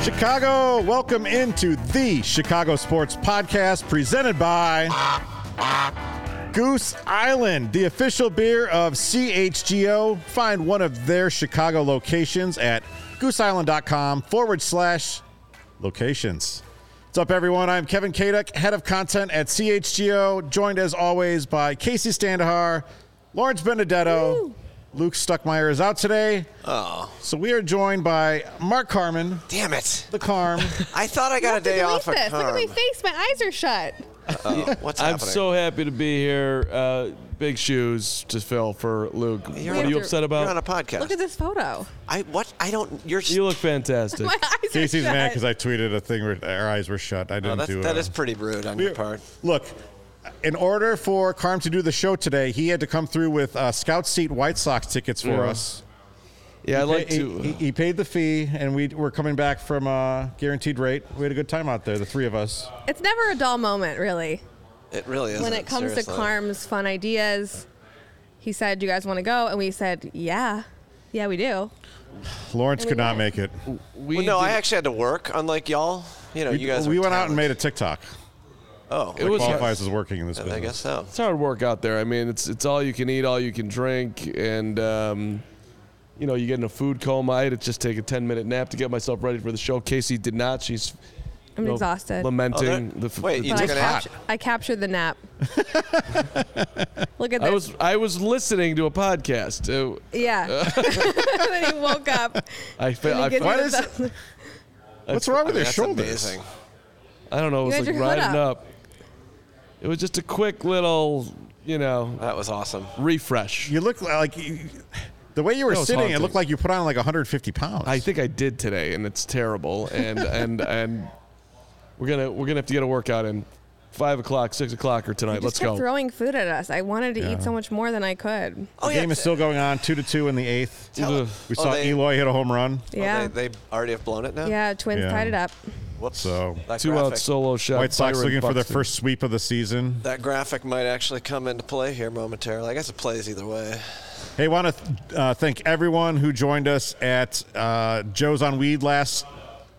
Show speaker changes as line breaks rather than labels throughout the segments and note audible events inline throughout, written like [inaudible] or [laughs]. Chicago, welcome into the Chicago Sports Podcast presented by Goose Island, the official beer of CHGO. Find one of their Chicago locations at gooseisland.com forward slash locations. What's up, everyone? I'm Kevin Kaduk, head of content at CHGO, joined as always by Casey Standahar, Lawrence Benedetto. Luke Stuckmeyer is out today. Oh. So we are joined by Mark Carmen,
Damn it!
the Carm.
I thought I got a day
Look
off of
at this. Look at
Carm.
my face. My eyes are shut.
[laughs]
What's
I'm
happening?
so happy to be here. Uh, big shoes to fill for Luke.
You're
what
on
are you
a-
upset
You're on a
about?
Look
podcast.
at this photo. [laughs]
I what? I don't. You're. s-
You look fantastic. [laughs]
My eyes
[laughs] Casey's
are shut.
mad because I tweeted a thing where our eyes were shut. I
Oh,
didn't
that's,
do
that
uh,
is pretty rude on your part.
Look, in order for Carm to do the show today, he had to come through with uh, scout seat White Sox tickets for
Yeah.
us.
yeah, I like
He-
to.
He,
uh,
he paid the fee, and we were coming back from uh, guaranteed rate. We had a good time out there, the three of us.
It's never a dull moment, really,
It really is.
when it comes to Carm's fun ideas. He said, "Do you guys want to go?" And we said, "Yeah, yeah, we do."
Lawrence could not make
went.
it.
we
Well, no, I
did-
actually had to work, unlike y'all. You know, you guys.
we
are
went out and made
talented.
a TikTok.
Oh,
It was
Qualifies as working in this business.
I guess so.
It's hard work out there. I mean, it's it's all you can eat, all you can drink, and um, you know you get in a food coma. I had to just take a 10 minute nap to get myself ready for the show. Casey did not. She's
I'm
you know,
exhausted.
lamenting
Oh, that-
the f-
wait,
the-
you
I,
took a nap?
I captured the nap. Look at this.
I was I was listening to a podcast. Uh,
yeah. [laughs] then he woke up.
I fe-
and he
I,
gives me
fe-
Why
the [laughs]
is
thumb-
What's wrong with
I mean,
your
that's
shoulders?
amazing.
I don't know. It was
had
like
your hood
riding
up.
up. It was just a quick little, you know,
That was awesome.
refresh.
You look like you, the way you were
That was
sitting. It
haunting.
looked like you put on like 150 pounds.
I think I did today, and it's terrible.
[laughs]
And and and we're gonna we're gonna have to get a workout in five o'clock, six o'clock, or tonight.
just
Let's
kept
go.
throwing food at us. I wanted to eat so much more than I could.
Oh
the
yeah.
game is still going on, two to two in the eighth.
Tell it.
We
Oh,
saw
they-
Eloy hit a home run.
Yeah.
Oh, they, they already have blown it now.
yeah, twins
Yeah.
tied it up.
Whoops.
So-
that
Two
graphic,
out solo shot.
White Sox
Byron
looking for their
Buxton.
first sweep of the season.
That graphic might actually come into play here momentarily. I guess it plays either way.
Hey, want to uh, thank everyone who joined us at uh, Joe's on Weed last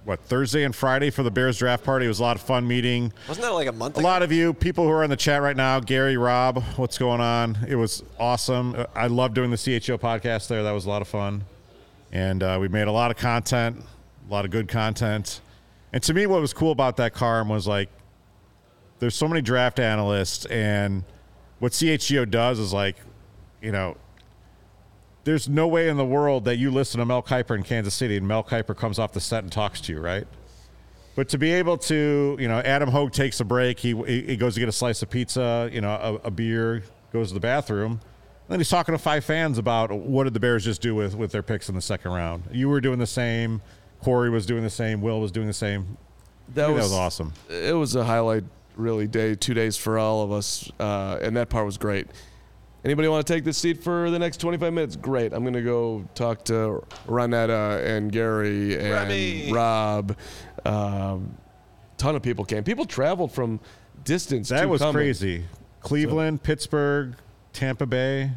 what Thursday and Friday for the Bears draft party. It was a lot of fun meeting.
Wasn't that like a month?
A
ago?
lot of you, people who are in the chat right now, Gary, Rob, what's going on? It was awesome. Uh, I love doing the CHO podcast there. That was a lot of fun, and uh, we made a lot of content, a lot of good content. And to me, what was cool about that Carm was like, there's so many draft analysts, and what CHGO does is like, you know, there's no way in the world that you listen to Mel Kiper in Kansas City and Mel Kiper comes off the set and talks to you, right? But to be able to, you know, Adam Hogue takes a break. He he goes to get a slice of pizza, you know, a, a beer, goes to the bathroom. And then he's talking to five fans about what did the Bears just do with with their picks in the second round. You were doing the same. Corey was doing the same. Will was doing the same.
That
I think
was,
that was awesome.
It was a highlight, really day two days for all of us, uh, and that part was great. Anybody want to take this seat for the next 25 minutes? Great. I'm gonna go talk to Ronetta and Gary and
Remy.
Rob. Um, ton of people came. People traveled from distance.
That
to
was
come.
crazy. Cleveland, Pittsburgh, Tampa Bay.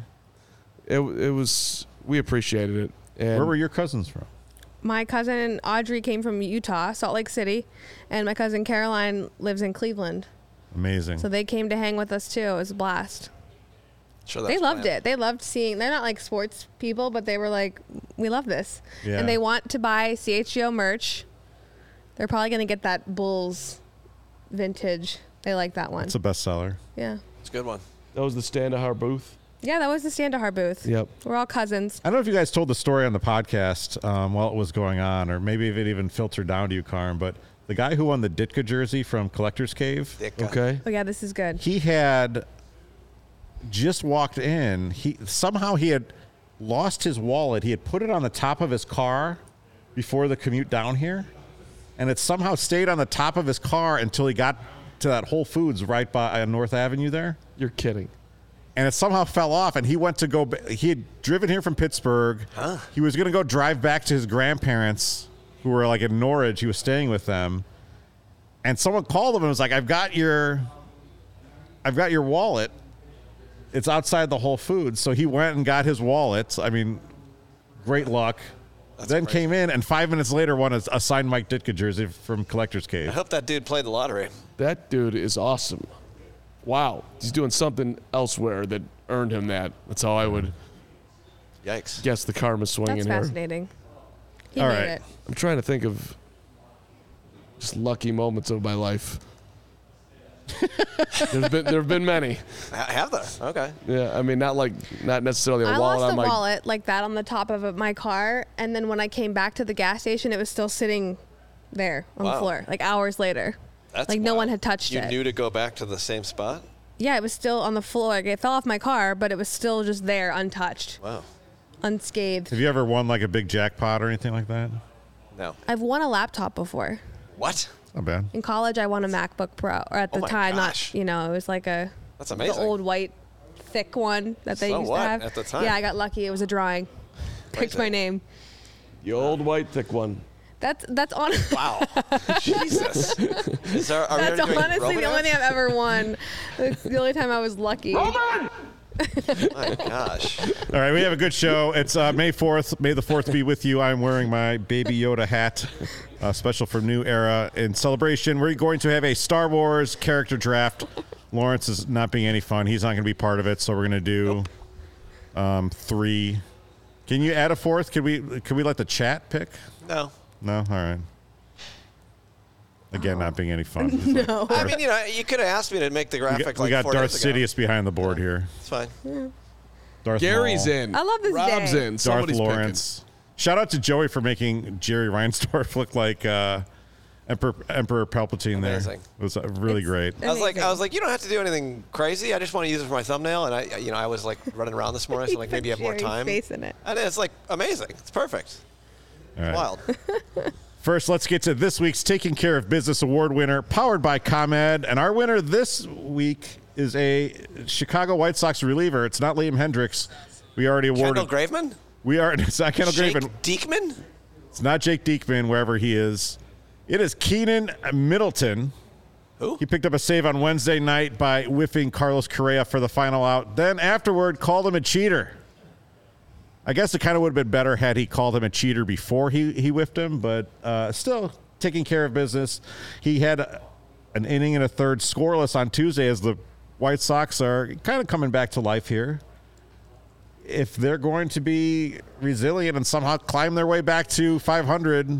It, it was. We appreciated it. And
Where were your cousins from?
My cousin Audrey came from Utah, Salt Lake City, and my cousin Caroline lives in Cleveland.
Amazing.
So they came to hang with us too. It was a blast.
Sure,
They
that's
loved
planned.
it. They loved seeing. They're not like sports people, but they were like, "We love this,"
Yeah.
and they want to buy CHGO merch. They're probably gonna get that Bulls vintage. They like that one.
It's a bestseller.
yeah,
It's a good one.
That was the Standahar booth.
yeah. That was the Standahar booth.
Yep.
We're all cousins.
I don't know if you guys told the story on the podcast um, while it was going on, or maybe if it even filtered down to you, Carm. But the guy who won the Ditka jersey from Collector's Cave,
Dick, uh,
Okay.
Oh yeah, this is good.
he had just walked in. He somehow he had lost his wallet. He had put it on the top of his car before the commute down here, and it somehow stayed on the top of his car until he got to that Whole Foods right by on North Avenue there
You're kidding.
and it somehow fell off and he went to go ba- he had driven here from pittsburgh he was going to go drive back to his grandparents who were like in norwich he was staying with them and someone called him and was like i've got your i've got your wallet it's outside the whole foods so he went and got his wallet i mean great luck then came in and five minutes later won a, a signed mike ditka jersey from collector's
I [laughs]
cave
hope that dude played the lottery.
That dude is awesome. Wow. He's doing something elsewhere that earned him that. That's how I would
Yikes.
guess the karma swing
That's
in here.
fascinating. He
All
made
right.
it.
I'm trying to think of just lucky moments of
[laughs]
my life. There's been there have been many.
Ha- have there. Okay.
Yeah, I mean not like not necessarily a
I
wallet.
lost
I'm
the
like
wallet like that on the top of my car, and then when I came back to the gas station, it was still sitting there on the
Wow.
floor, like hours later.
That's
like no
wild.
one had touched
you
it.
knew to go back to the same spot?
yeah, it was still on the floor. Like, it fell off my car, but it was still just there, untouched,
Wow.
unscathed.
have you ever won like a big jackpot or anything like that
No.
I've won a laptop before.
What?
not bad
In college, I won a MacBook Pro, or at
Oh
the
my
time,
gosh.
not you know, it was like a
That's amazing.
the old white thick one that they
So
used
what
to have
at the time?
Yeah, I got lucky. It was a drawing. Picked
Crazy.
my name.
the old white thick one.
That's that's on. [laughs]
Wow. Jesus. Is there, are we already
That's
doing
honestly the only thing I've ever won. It's the only time I was lucky.
Romanovs? My gosh.
All right, we have a good show. It's uh, May 4th. May the 4th be with you. I'm wearing my Baby Yoda hat, uh, special for New Era in celebration. We're going to have a Star Wars character draft. Lawrence is not being any fun. He's not going to be part of it, so we're going to do um, three. Can you add a fourth? Could we? Could we let the chat pick?
[laughs]
No.
No. All right. Again, not being any fun. It's like-
I mean, you know, you could have asked me to make the
we
graphic
got,
like
we got
four
Darth
days ago.
Sidious behind the board here.
It's fine.
Darth
Gary's
Maul.
in.
I love this
Rob's
day.
in.
Darth
Somebody's
Lawrence. Shout out to Joey for making Jerry Reinsdorf [laughs] look like uh, Emperor Emperor Palpatine. There
Amazing.
it was uh, really great.
I was like, I
Amazing.
was like, you don't have to do anything crazy. I just want to use it for my thumbnail. And I, you know, I was like running around this morning, so like
[laughs] Put
maybe you have more
Jerry's
time.
Face in it.
And it's like amazing. It's perfect.
All right.
Wild.
First, let's get to this week's Taking Care of Business Award winner, powered by ComEd. And our winner this week is a Chicago White Sox reliever. It's not Liam Hendricks. We already
Kendall
awarded.
Graveman,
we are. [laughs] It's not Kendall
Jake
Graveman.
Diekman.
It's not Jake Diekman, wherever he is. It is Keenan Middleton.
Who?
He picked up a save on Wednesday night by whiffing Carlos Correa for the final out. Then afterward, called him a cheater. I guess it kind of would have been better had he called him a cheater before he, he whiffed him, but uh, still taking care of business. He had uh, an inning and a third scoreless on Tuesday as the White Sox are kind of coming back to life here. If they're going to be resilient and somehow climb their way back to 500,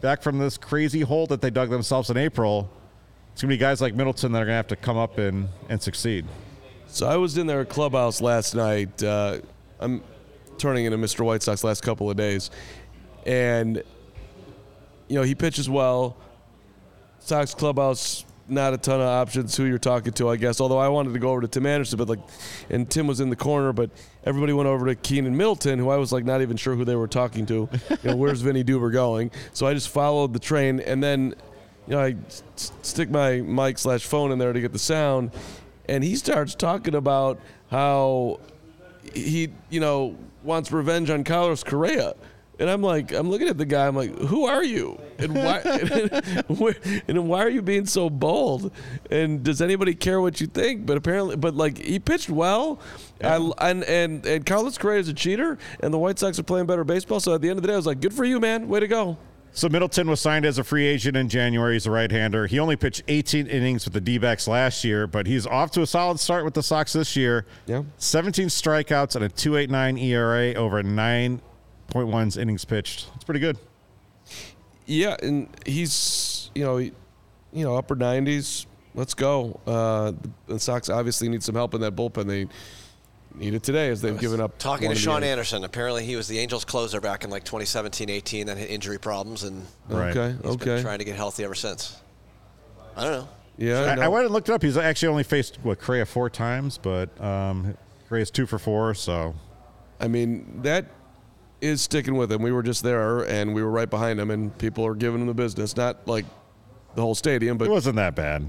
back from this crazy hole that they dug themselves in April, it's going to be guys like Middleton that are going to have to come up and, and succeed.
So I was in their clubhouse last night. Uh, I'm turning into Mr. White Sox last couple of days, and you know he pitches well. Sox clubhouse, not a ton of options. Who you're talking to, I guess. Although I wanted to go over to Tim Anderson, but like, and Tim was in the corner, but everybody went over to Keenan Middleton, who I was like not even sure who they were talking to. You know, where's Vinny Duber going? So I just followed the train, and then you know, I s- s- stick my mic slash phone in there to get the sound, and he starts talking about how he, you know, wants revenge on Carlos Correa. And I'm like, I'm looking at the guy. I'm like, who are you, and why, [laughs] and, where- and why are you being so bold? And does anybody care what you think? But apparently, but like he pitched well, I, and and and Carlos Correa is a cheater, and the White Sox are playing better baseball. So at the end of the day, I was like, good for you, man, way to go.
So Middleton was signed as a free agent in January. He's a right-hander. He only pitched 18 innings with the D-backs last year, but he's off to a solid start with the Sox this year.
Yeah.
17 strikeouts and a 2.89 ERA over 9.1 innings pitched. It's pretty good.
Yeah, and he's you know, he- you know, upper nineties. Let's go. Uh, the Sox obviously need some help in that bullpen. They need it today as they've given up.
Talking
one
to
of the
Sean
innings.
Anderson, apparently he was the Angels' closer back in like 2017, 18, then had injury problems, and
Right.
Okay.
he's been
Okay.
trying to get healthy ever since. I don't know.
yeah.
I, I
no.
went and looked it up. He's actually only faced what Correa four times, but um, Correa's two for four. So
I mean, that is sticking with him. We were just there and we were right behind him, and people are giving him the business. Not like the whole stadium,
it
but
wasn't that bad.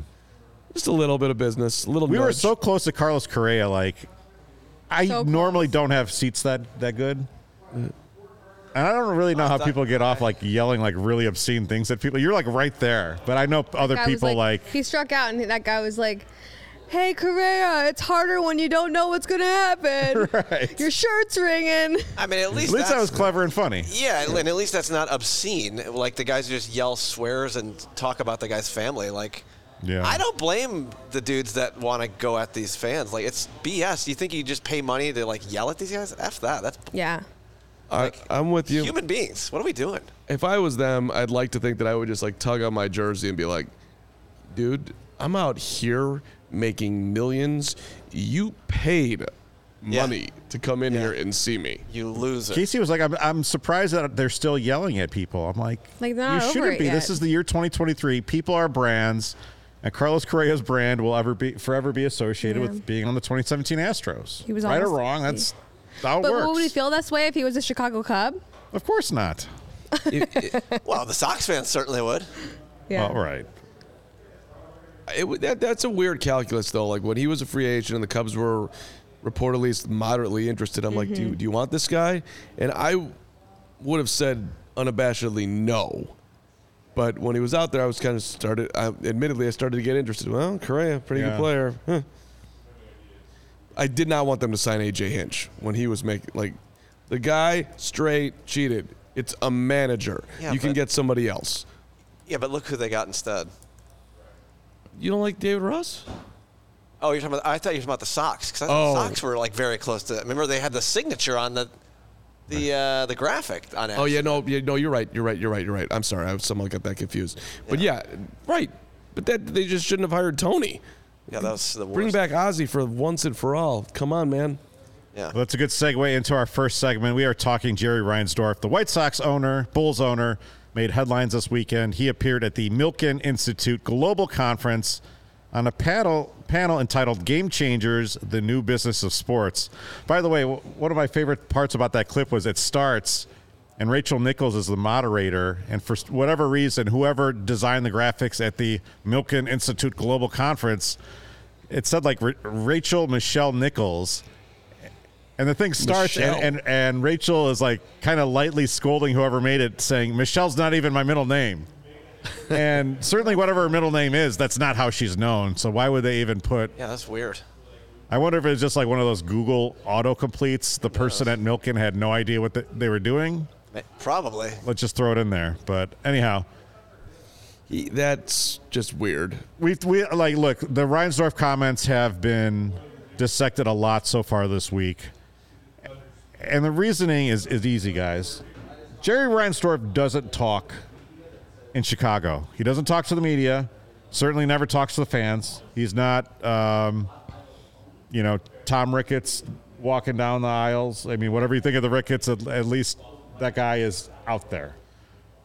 just a little bit of business. A little.
We were
nudge.
so close to Carlos Correa. Like, I
So close.
normally don't have seats that that good, and I don't really know how
thought-
people get off like yelling like really obscene things at people. You're like right there, but I know other
guy was
people like,
he struck out, and that guy was like, "Hey, Correa, it's harder when you don't know what's
[laughs]
gonna happen.
Right.
Your shirt's ringing."
I
[laughs]
mean, at
at least
least
that
that's-
was clever and funny.
Yeah, and at least that's not obscene. Like the guys who just yell swears and talk about the guy's family. Like,
Yeah.
I don't blame the dudes that want to go at these fans. Like, it's BS. You think you just pay money to like yell at these guys? F that. That's
Yeah.
I, I'm with you.
human beings. What are we doing?
if I was them, I'd like to think that I would just like tug on my jersey and be like, dude, I'm out here making millions. You paid
Yeah.
money to come in here and see me.
You loser.
Casey was like, I'm, I'm surprised that they're still yelling at people. I'm like,
Like, they're not
you
over
shouldn't
it
be.
yet.
This is the year 2023. People are brands, and Carlos Correa's brand will ever be forever be associated
Yeah.
with being on the 2017 Astros.
He was
right or
almost-
wrong. That's how it
But
works.
would he feel this way if he was a Chicago Cub?
Of course not.
It, it,
well, the Sox fans certainly would.
Yeah.
All Oh, right.
it would- that, that's a weird calculus, though. Like when he was a free agent and the Cubs were reportedly moderately interested, I'm like, do
Mm-hmm.
you, do you want this guy? And I would have said unabashedly no. But when he was out there, I was kind of started. I, admittedly, I started to get interested. Well, Correa, pretty
Yeah.
good player. Huh. I did not want them to sign AJ Hinch when he was making like the guy straight cheated. It's a manager.
Yeah,
you can
but-
get somebody else.
Yeah, but look who they got instead.
You don't like David Ross?
Oh, you're talking about? I thought you were talking about the Sox. 'cause I thought
Oh.
the Sox were like very close to. Remember they had the signature on the, the uh, the graphic on it.
Oh yeah, no, yeah, no, you're right, you're right, you're right, you're right. I'm sorry, I somehow got that confused. But yeah, right. But that they just shouldn't have hired Tony.
Yeah, that was the worst.
Bring back Ozzy for once and for all. Come on, man.
Yeah.
Well, that's a good segue into our first segment. We are talking Jerry Reinsdorf, the White Sox owner, Bulls owner, made headlines this weekend. He appeared at the Milken Institute Global Conference on a panel panel entitled "Game Changers: The New Business of Sports." By the way, w- one of my favorite parts about that clip was it starts. And Rachel Nichols is the moderator. And for s- whatever reason, whoever designed the graphics at the Milken Institute Global Conference, it said like Ra- Rachel Michelle Nichols. And the thing starts,
Michelle.
and, and, and Rachel is like kind of lightly scolding whoever made it, saying, Michelle's not even my middle name. and certainly, whatever her middle name is, that's not how she's known. So, why would they even put?
Yeah, that's weird.
I wonder if it's just like one of those Google autocompletes. The person at Milken had no idea what the, they were doing.
Ma- Probably.
Let's just throw it in there. But anyhow,
He, that's just weird.
we we like look the Reinsdorf comments have been dissected a lot so far this week, and the reasoning is is easy, guys. Jerry Reinsdorf doesn't talk in Chicago. He doesn't talk to the media. Certainly, never talks to the fans. He's not, um, you know, Tom Ricketts walking down the aisles. I mean, whatever you think of the Ricketts, at, at least that guy is out there.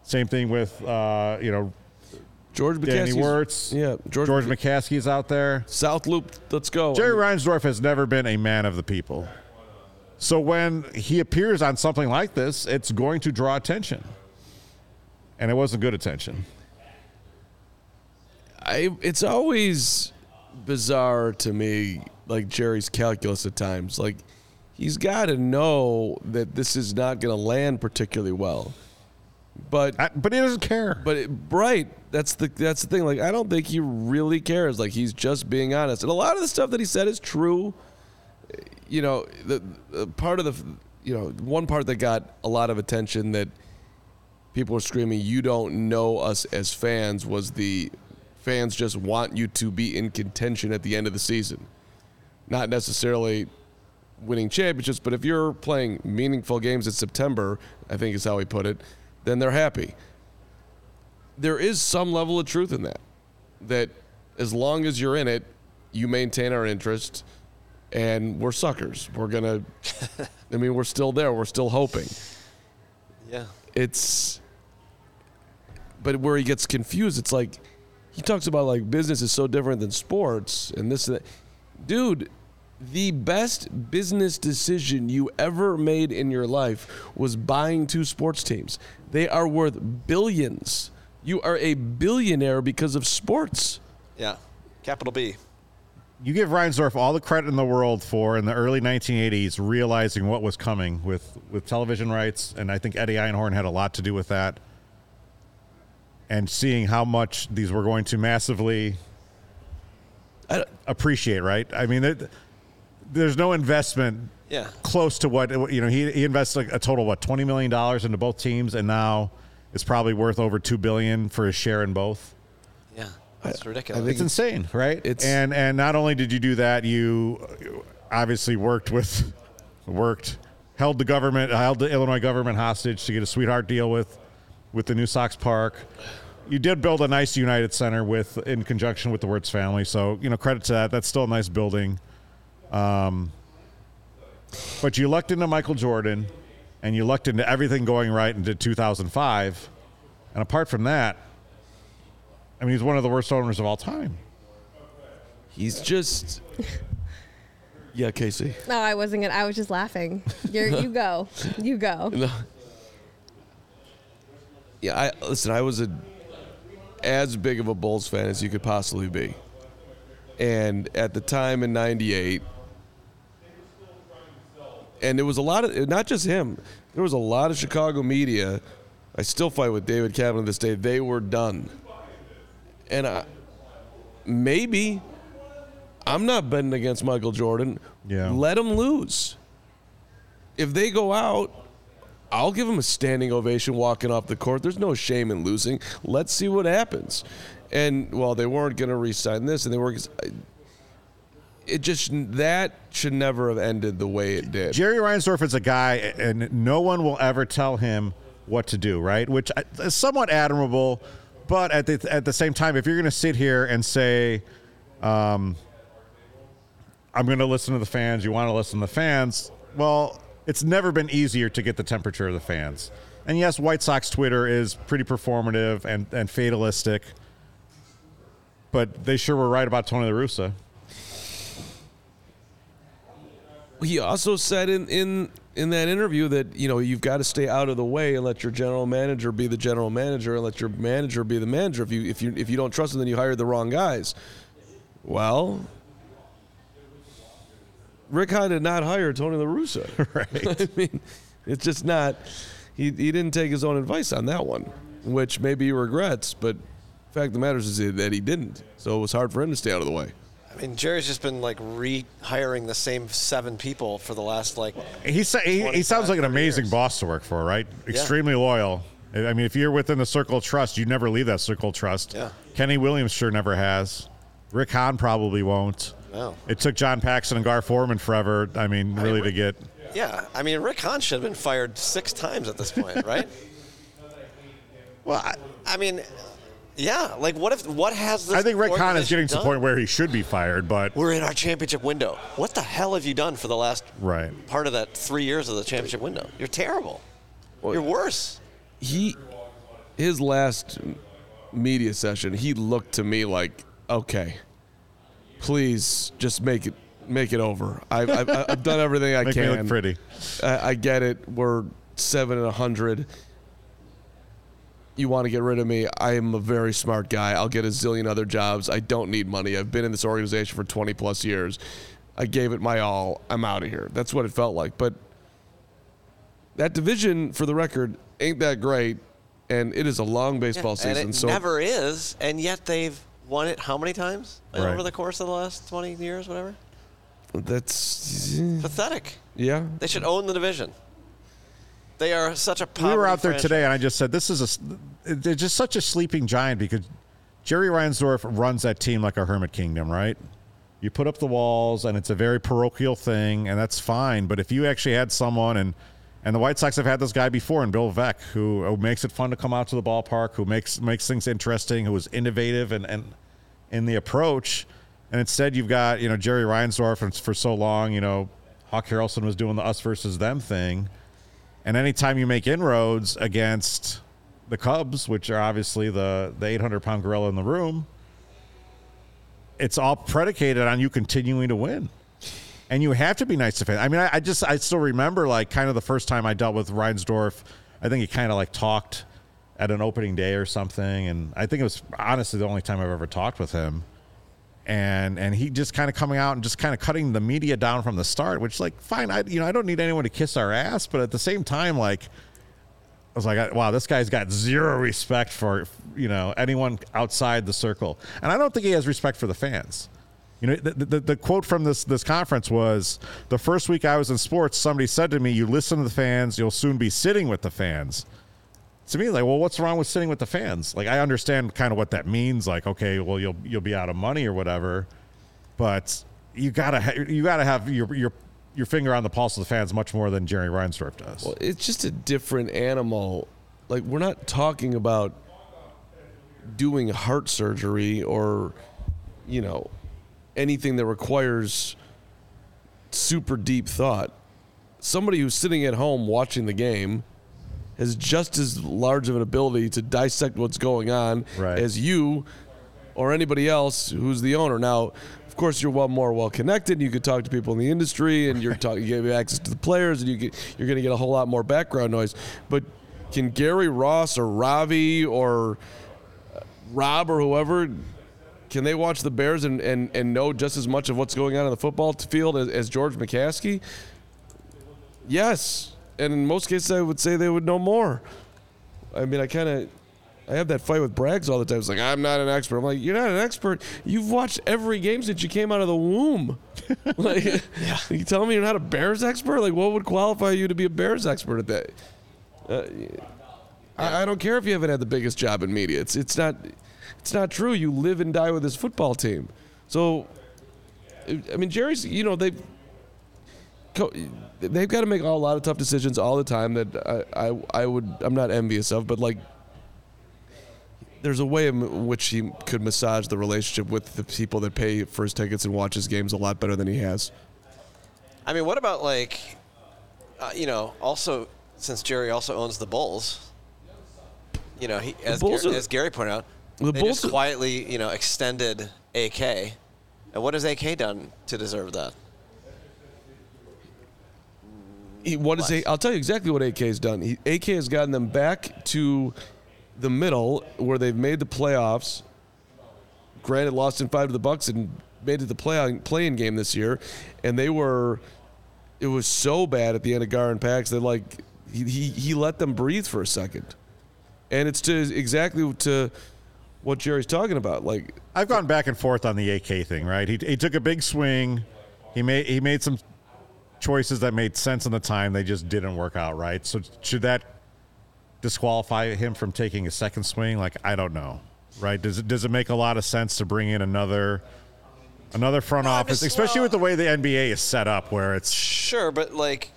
Same thing with, uh, you know,
George McCaskey.
Danny Wirtz.
Yeah,
George,
George,
George McCaskey's out there.
South Loop. Let's go.
Jerry Reinsdorf has never been a man of the people. So when he appears on something like this, it's going to draw attention. And it wasn't good attention.
I, it's always bizarre to me, like Jerry's calculus at times. Like, he's got to know that this is not going to land particularly well. But
I, but he doesn't care.
But it, right, that's the that's the thing. Like I don't think he really cares. Like he's just being honest, and a lot of the stuff that he said is true. You know, the, the part of the you know one part that got a lot of attention that people were screaming, "You don't know us as fans." Was the fans just want you to be in contention at the end of the season, not necessarily winning championships, but if you're playing meaningful games in September, I think is how he put it, then they're happy. There is some level of truth in that. That as long as you're in it, you maintain our interest and we're suckers. We're going to I mean, we're still there. We're still hoping.
Yeah.
It's but where he gets confused, it's like he talks about like business is so different than sports and this and that. Dude, the best business decision you ever made in your life was buying two sports teams. They are worth billions. You are a billionaire because of sports.
Yeah. Capital B.
You give Reinsdorf all the credit in the world for in the early 1980s realizing what was coming with with television rights, and I think Eddie Einhorn had a lot to do with that. And seeing how much these were going to massively
I don't-
appreciate, right? I mean, it, there's no investment
Yeah.
close to what you know. He he invests like a total of what 20 million dollars into both teams, and now it's probably worth over two billion for his share in both.
Yeah. It's ridiculous.
It's insane, right?
It's-
and and not only did you do that, you obviously worked with, worked, held the government, held the Illinois government hostage to get a sweetheart deal with, with the new Sox Park. You did build a nice United Center with in conjunction with the Wirtz family, so you know credit to that. That's still a nice building. Um, but you lucked into Michael Jordan, and you lucked into everything going right into 2005, and apart from that. I mean, he's one of the worst owners of all time.
He's just. yeah, Casey.
No, I wasn't gonna. I was just [laughs] laughing. You're, you go. You go.
No. [laughs] Yeah, I listen. I was a as big of a Bulls fan as you could possibly be, and at the time in '98, and there was a lot of not just him. There was a lot of Chicago media. I still fight with David Kaplan to this day. They were done, and I maybe I'm not betting against Michael Jordan.
Yeah.
let him lose. If they go out, I'll give him a standing ovation walking off the court. There's no shame in losing. Let's see what happens. And well, they weren't going to re-sign this, and they were. It just that should never have ended the way it did.
Jerry Reinsdorf is a guy, and no one will ever tell him what to do, right? Which uh, is somewhat admirable, but at the at the same time, if you're going to sit here and say, um, "I'm going to listen to the fans," you want to listen to the fans. Well, it's never been easier to get the temperature of the fans. And yes, White Sox Twitter is pretty performative and, and fatalistic, but they sure were right about Tony La Russa.
he also said in in in that interview that you know you've got to stay out of the way and let your general manager be the general manager and let your manager be the manager if you if you if you don't trust him then you hired the wrong guys well Rick Hahn did not hire Tony La Russa. Right. [laughs] I mean, it's just not. He, he didn't take his own advice on that one, which maybe he regrets. But fact of the matter is that he didn't. So it was hard for him to stay out of the way.
I mean, Jerry's just been like rehiring the same seven people for the last like.
He, sa- he, he
25,
sounds like an
30
amazing
years.
boss to work for, right? Extremely loyal. I I mean, if you're within the circle of trust, you never leave that circle of trust.
Yeah.
Kenny Williams sure never has. Rick Hahn probably won't.
No.
It took John Paxson and Gar Foreman forever. I mean, really to get.
Yeah, I mean, Rick Hahn should have been fired six times at this point,
[laughs]
right? well, I, I mean, yeah. Like, what if? What has this?
I think Rick Hahn is getting to the point
organization
where he should be fired, but
done? we're in our championship window. What the hell have you done for the last
right.
part of that three years of the championship window? You're terrible. You're worse.
he his last media session he looked to me like okay please just make it make it over i've, I've, I've done everything i
Make
can
me look pretty.
I, I get it we're seven and a hundred you want to get rid of me i am a very smart guy i'll get a zillion other jobs i don't need money i've been in this organization for 20 plus years i gave it my all i'm out of here that's what it felt like but that division, for the record, ain't that great, and it is a long baseball
and
season.
it
so
never is, and yet they've won it how many times
Right.
over the course of the last 20 years, whatever?
that's
Pathetic.
yeah.
They should own the division. They are such a
we
poverty
were out there
franchise.
today, and I just said this is a s- they're just such a sleeping giant because Jerry Reinsdorf runs that team like a hermit kingdom, right? You put up the walls, and it's a very parochial thing, and that's fine. But if you actually had someone, and and the White Sox have had this guy before, and Bill Veck, who, who makes it fun to come out to the ballpark, who makes makes things interesting, who is innovative, and and in the approach. And instead, you've got you know Jerry Reinsdorf, and for so long, you know Hawk Harrelson was doing the us versus them thing. And anytime you make inroads against the Cubs, which are obviously the the 800 pound gorilla in the room, it's all predicated on you continuing to win. And you have to be nice to fans. I mean, I, I just I still remember like kind of the first time I dealt with Reinsdorf. I think he kind of like talked at an opening day or something, and I think it was honestly the only time I've ever talked with him. And and he just kind of coming out and just kind of cutting the media down from the start, which like fine, I you know I don't need anyone to kiss our ass, but at the same time like I was like, wow, this guy's got zero respect for you know anyone outside the circle, and I don't think he has respect for the fans. You know, the, the, the quote from this this conference was the first week I was in sports. Somebody said to me, "You listen to the fans, you'll soon be sitting with the fans." To me, like, well, what's wrong with sitting with the fans? Like, I understand kind of what that means. Like, okay, well, you'll you'll be out of money or whatever, but you gotta ha- you gotta have your your your finger on the pulse of the fans much more than Jerry Reinsdorf does.
Well, it's just a different animal. Like we're not talking about doing heart surgery or you know anything that requires super deep thought. Somebody who's sitting at home watching the game has just as large of an ability to dissect what's going on
Right.
as you or anybody else who's the owner. Now, of course, you're well more well connected. You could talk to people in the industry, and you're talk, [laughs] you have access to the players, and you get, you're going to get a whole lot more background noise. But can Gary Ross or Ravi or uh, Rob or whoever can they watch the Bears and, and, and know just as much of what's going on in the football field as, as George McCaskey? Yes, and in most cases, I would say they would know more. I mean, I kind of, I have that fight with Braggs all the time. It's like I'm not an expert. I'm like, you're not an expert. You've watched every game since you came out of the womb. [laughs] like, you telling me you're not a Bears expert? Like, what would qualify you to be a Bears expert at that? Uh, I, I don't care if you haven't had the biggest job in media. It's it's not, it's not true. You live and die with this football team. So, I I mean, Jerry's. You know they co- they've got to make a lot of tough decisions all the time that I, I, I would I'm not envious of, but like there's a way in which he could massage the relationship with the people that pay for his tickets and watch his games a lot better than he has.
I mean, what about like, uh, you know, also since Jerry also owns the Bulls, you know, he as,
Bulls
Gar-
are-
as Gary pointed out,
The
they
Bulls
just
are-
quietly, you know, extended AK, and what has AK done to deserve that?
He, what is
What?
A, I'll tell you exactly what AK has done. He, AK has gotten them back to the middle where they've made the playoffs. Granted, lost in five to the Bucks and made it the play playing game this year, and they were. It was so bad at the end of Garin Pax that like he, he he let them breathe for a second, and it's to exactly to what Jerry's talking about. Like
I've gone back and forth on the AK thing, right? He, he took a big swing. He made he made some choices that made sense in the time. They just didn't work out, right? So should that disqualify him from taking a second swing? Like I don't know, right? Does it does it make a lot of sense to bring in another another front
I'm
office,
just-
especially
well-
with the way the NBA is set up, where it's
Sure, but like,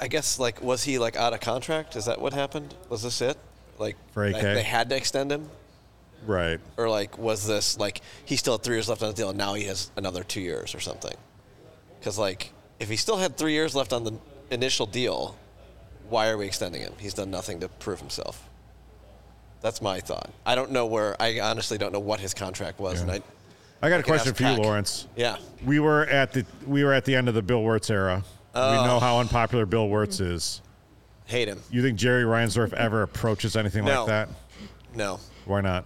I guess like, was he like out of contract? Is that what happened? Was this it? Like,
For AK?
they- they had to extend him,
right?
or like, was this like he still had three years left on the deal, and now he has another two years or something? Because like, if he still had three years left on the initial deal, why are we extending him? He's done nothing to prove himself. That's my thought. I don't know where. I honestly don't know what his contract was, and I.
I got a
can
question
ask
for you,
Pac.
Lawrence.
Yeah.
We were at the we were at the end of the Bill Wirtz era. we know how unpopular Bill Wirtz is.
Hate him.
You think Jerry Reinsdorf ever approaches anything
No.
like that?
No.
Why not?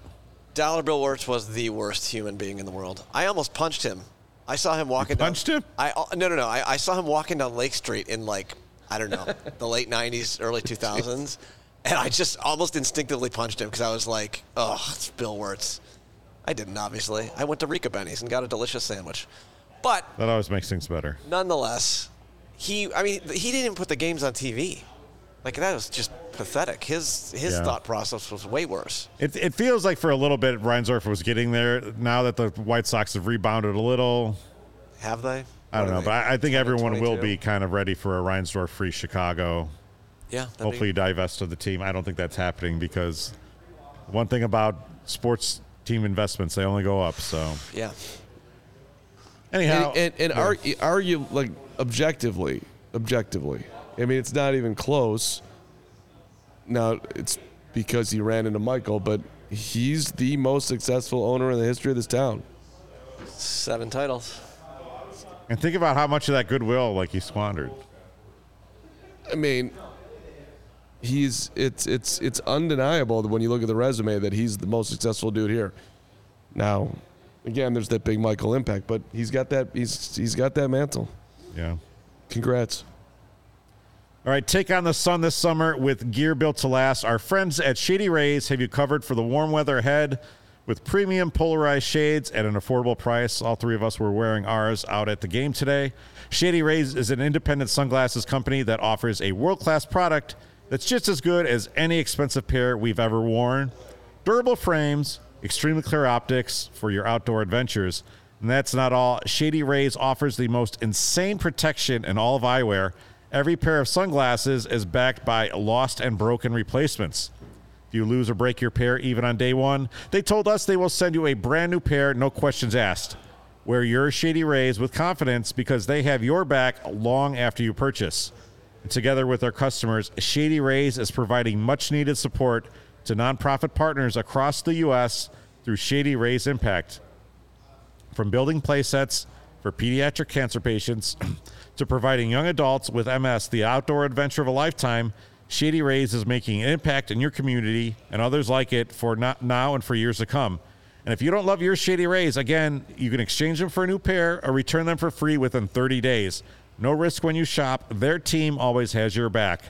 Dollar Bill Wirtz was the worst human being in the world. I almost punched him. I saw him walking.
punched
down,
him?
I uh, no no no. I, I saw him walking down Lake Street in like I don't know [laughs] the late '90s, early 2000s, and I just almost instinctively punched him because I was like, oh, it's Bill Wirtz. I didn't obviously. I went to Rica Benny's and got a delicious sandwich, but
That always makes things better.
nonetheless, he I mean he didn't even put the games on TV. Like that was just pathetic. His his
Yeah.
thought process was way worse.
It, it feels like for a little bit Reinsdorf was getting there. Now that the White Sox have rebounded a little,
Have they?
I don't know, but I, I think everyone will
22?
be kind of ready for a Reinsdorf free Chicago.
yeah. that'd be-
Hopefully, divest of the team. I don't think that's happening because one thing about sports team investments, they only go up. So
yeah.
anyhow,
and and, and ar- argue like objectively, objectively. I mean, it's not even close. Now it's because he ran into Michael, but he's the most successful owner in the history of this town.
Seven titles.
and think about how much of that goodwill like he squandered.
I mean, he's it's it's it's undeniable that when you look at the resume that he's the most successful dude here. Now, again, there's that big Michael impact, but he's got that he's he's got that mantle.
Yeah.
Congrats.
All right, take on the sun this summer with gear built to last. Our friends at Shady Rays have you covered for the warm weather ahead with premium polarized shades at an affordable price. All three of us were wearing ours out at the game today. Shady Rays is an independent sunglasses company that offers a world class product that's just as good as any expensive pair we've ever worn. Durable frames, extremely clear optics for your outdoor adventures. And that's not all. Shady Rays offers the most insane protection in all of eyewear. Every pair of sunglasses is backed by lost and broken replacements. If you lose or break your pair, even on day one, they told us they will send you a brand new pair, no questions asked. Wear your Shady Rays with confidence because they have your back long after you purchase. And together with our customers, Shady Rays is providing much needed support to nonprofit partners across the U.S. through Shady Rays Impact from building play sets for pediatric cancer patients [clears throat] to providing young adults with MS the outdoor adventure of a lifetime, Shady Rays is making an impact in your community and others like it for not now and for years to come. And if you don't love your Shady Rays, again, you can exchange them for a new pair or return them for free within 30 days. No risk when you shop. Their team always has your back.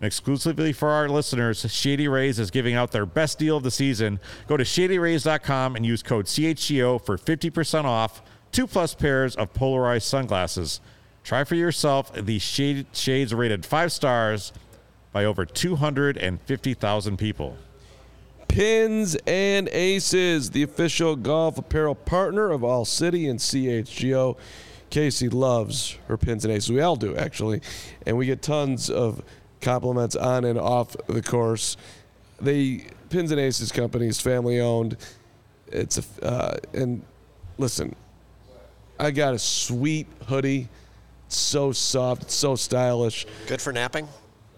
And exclusively for our listeners, Shady Rays is giving out their best deal of the season. Go to shadyrays.com and use code CHGO for 50% off two plus pairs of polarized sunglasses. Try for yourself the shade, shades rated five stars by over 250,000 people.
Pins and Aces, the official golf apparel partner of All City and CHGO. Casey loves her pins and aces. We all do, actually. And we get tons of compliments on and off the course. The Pins and Aces company is family owned. It's a, uh, and listen, I got a sweet hoodie. It's so soft, it's so stylish.
Good for napping.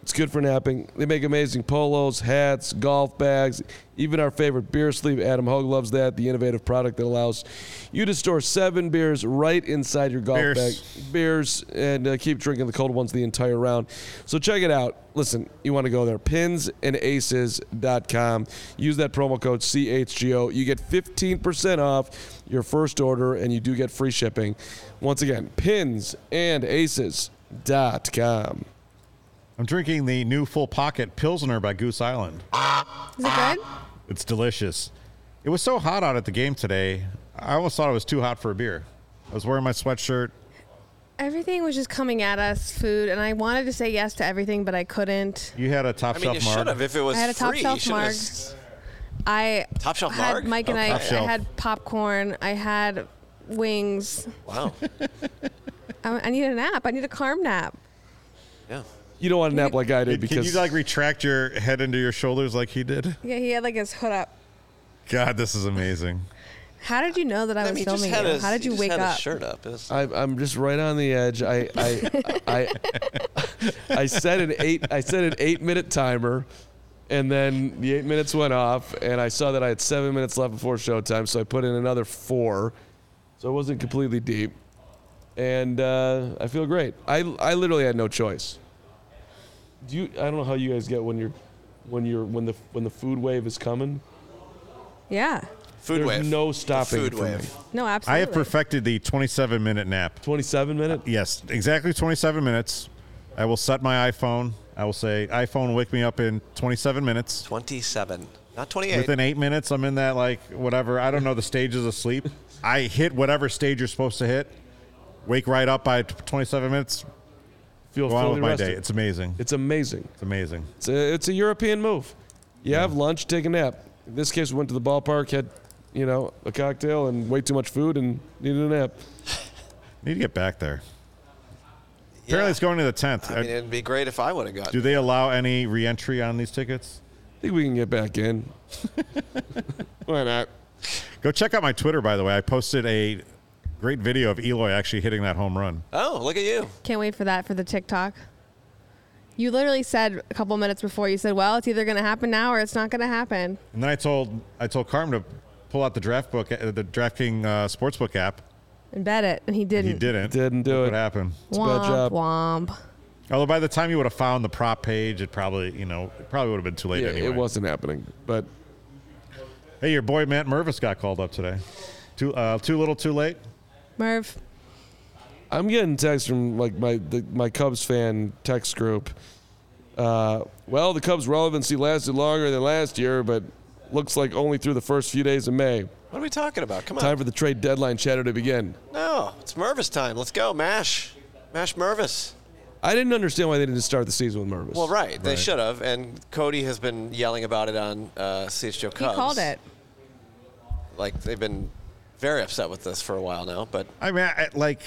It's good for napping. They make amazing polos, hats, golf bags, even our favorite beer sleeve. Adam Hogue loves that, the innovative product that allows you to store seven beers right inside your golf
Beers.
bag. Beers, and uh, keep drinking the cold ones the entire round. So check it out. Listen, you want to go there, pinsandaces.com. Use that promo code CHGO. You get 15% off your first order, and you do get free shipping. Once again, pinsandaces.com.
I'm drinking the new full pocket Pilsner by Goose Island.
Is
Ah.
it good?
It's delicious. It was so hot out at the game today, I almost thought it was too hot for a beer. I was wearing my sweatshirt.
Everything was just coming at us, food, and I wanted to say yes to everything, but I couldn't.
You had a top
I mean, you
shelf mark.
should have if it was
I had a top
free.
shelf
you should have
mark.
s-
I
Top shelf
had
mark?
Mike and
Okay.
I, I
Oh, Top shelf.
had popcorn. I had wings. [laughs]
Wow.
I, I need a nap. I need a calm nap.
Yeah.
You don't want to nap like I did
Can
because
you like retract your head into your shoulders like he did?
Yeah, he had like his hood up.
God, this is amazing.
How did you know that I was
I mean, he just
filming
had
you?
his,
How did
he
you
just
wake
had his
up?
shirt up. It was-
I, I'm just right on the edge. I I I, I set an eight I set an eight minute timer, and then the eight minutes went off, and I saw that I had seven minutes left before showtime, so I put in another four, so it wasn't completely deep, and uh, I feel great. I I literally had no choice. Do you? I don't know how you guys get when you're, when you're when the when the food wave is coming.
Yeah.
food
There's
wave.
no
The
stopping
Food
it for
wave.
me.
No, absolutely.
I have perfected the 27 minute nap.
Twenty seven minute.
Yes, exactly 27 minutes. I will set my iPhone. I will say, iPhone, wake me up in 27 minutes.
Twenty-seven, not twenty-eight.
Within eight minutes, I'm in that, like, whatever. I don't know the stages of sleep. I hit whatever stage you're supposed to hit, wake right up by t- 27 minutes,
feel
Go on
fully
with my
rested.
day. It's amazing.
It's amazing.
It's amazing.
It's a, it's a European move. You have lunch, take a nap. In this case, we went to the ballpark, had you know a cocktail, and way too much food, and needed a nap.
Need to get back there.
Yeah.
Apparently, it's going to the tenth. Uh,
I mean, it'd be great if I would have gotten.
Do they allow any reentry on these tickets?
I think we can get back in. Why not?
Go check out my Twitter, by the way. I posted a great video of Eloy actually hitting that home run.
Oh, look at you.
Can't wait for that for the TikTok. You literally said a couple minutes before you said, "Well, it's either going to happen now or it's not going to happen."
And then I told I told Carm to pull out the draft book, uh, the DraftKings uh, sportsbook app.
And bet it, and he didn't.
He didn't.
Didn't do
Look
it.
What happened?
a bad
Womp
job.
womp.
Although by the time you would have found the prop page, it probably you know it probably would have been too late
Yeah,
anyway.
it wasn't happening. But
Hey, your boy Matt Mervis got called up today. Too uh, too little, too late.
Merv,
I'm getting texts from like my the, my Cubs fan text group. Uh, well, the Cubs' relevancy lasted longer than last year, but looks like only through the first few days of May.
What are we talking about? Come on.
Time for the trade deadline chatter to begin.
no, it's Mervis time. Let's go, Mash. Mash Mervis.
I didn't understand why they didn't start the season with Mervis.
Well, right. They should have. And Cody has been yelling about it on uh, CHGO Cubs.
he called it.
Like, they've been very upset with this for a while now. But
I mean, I, like,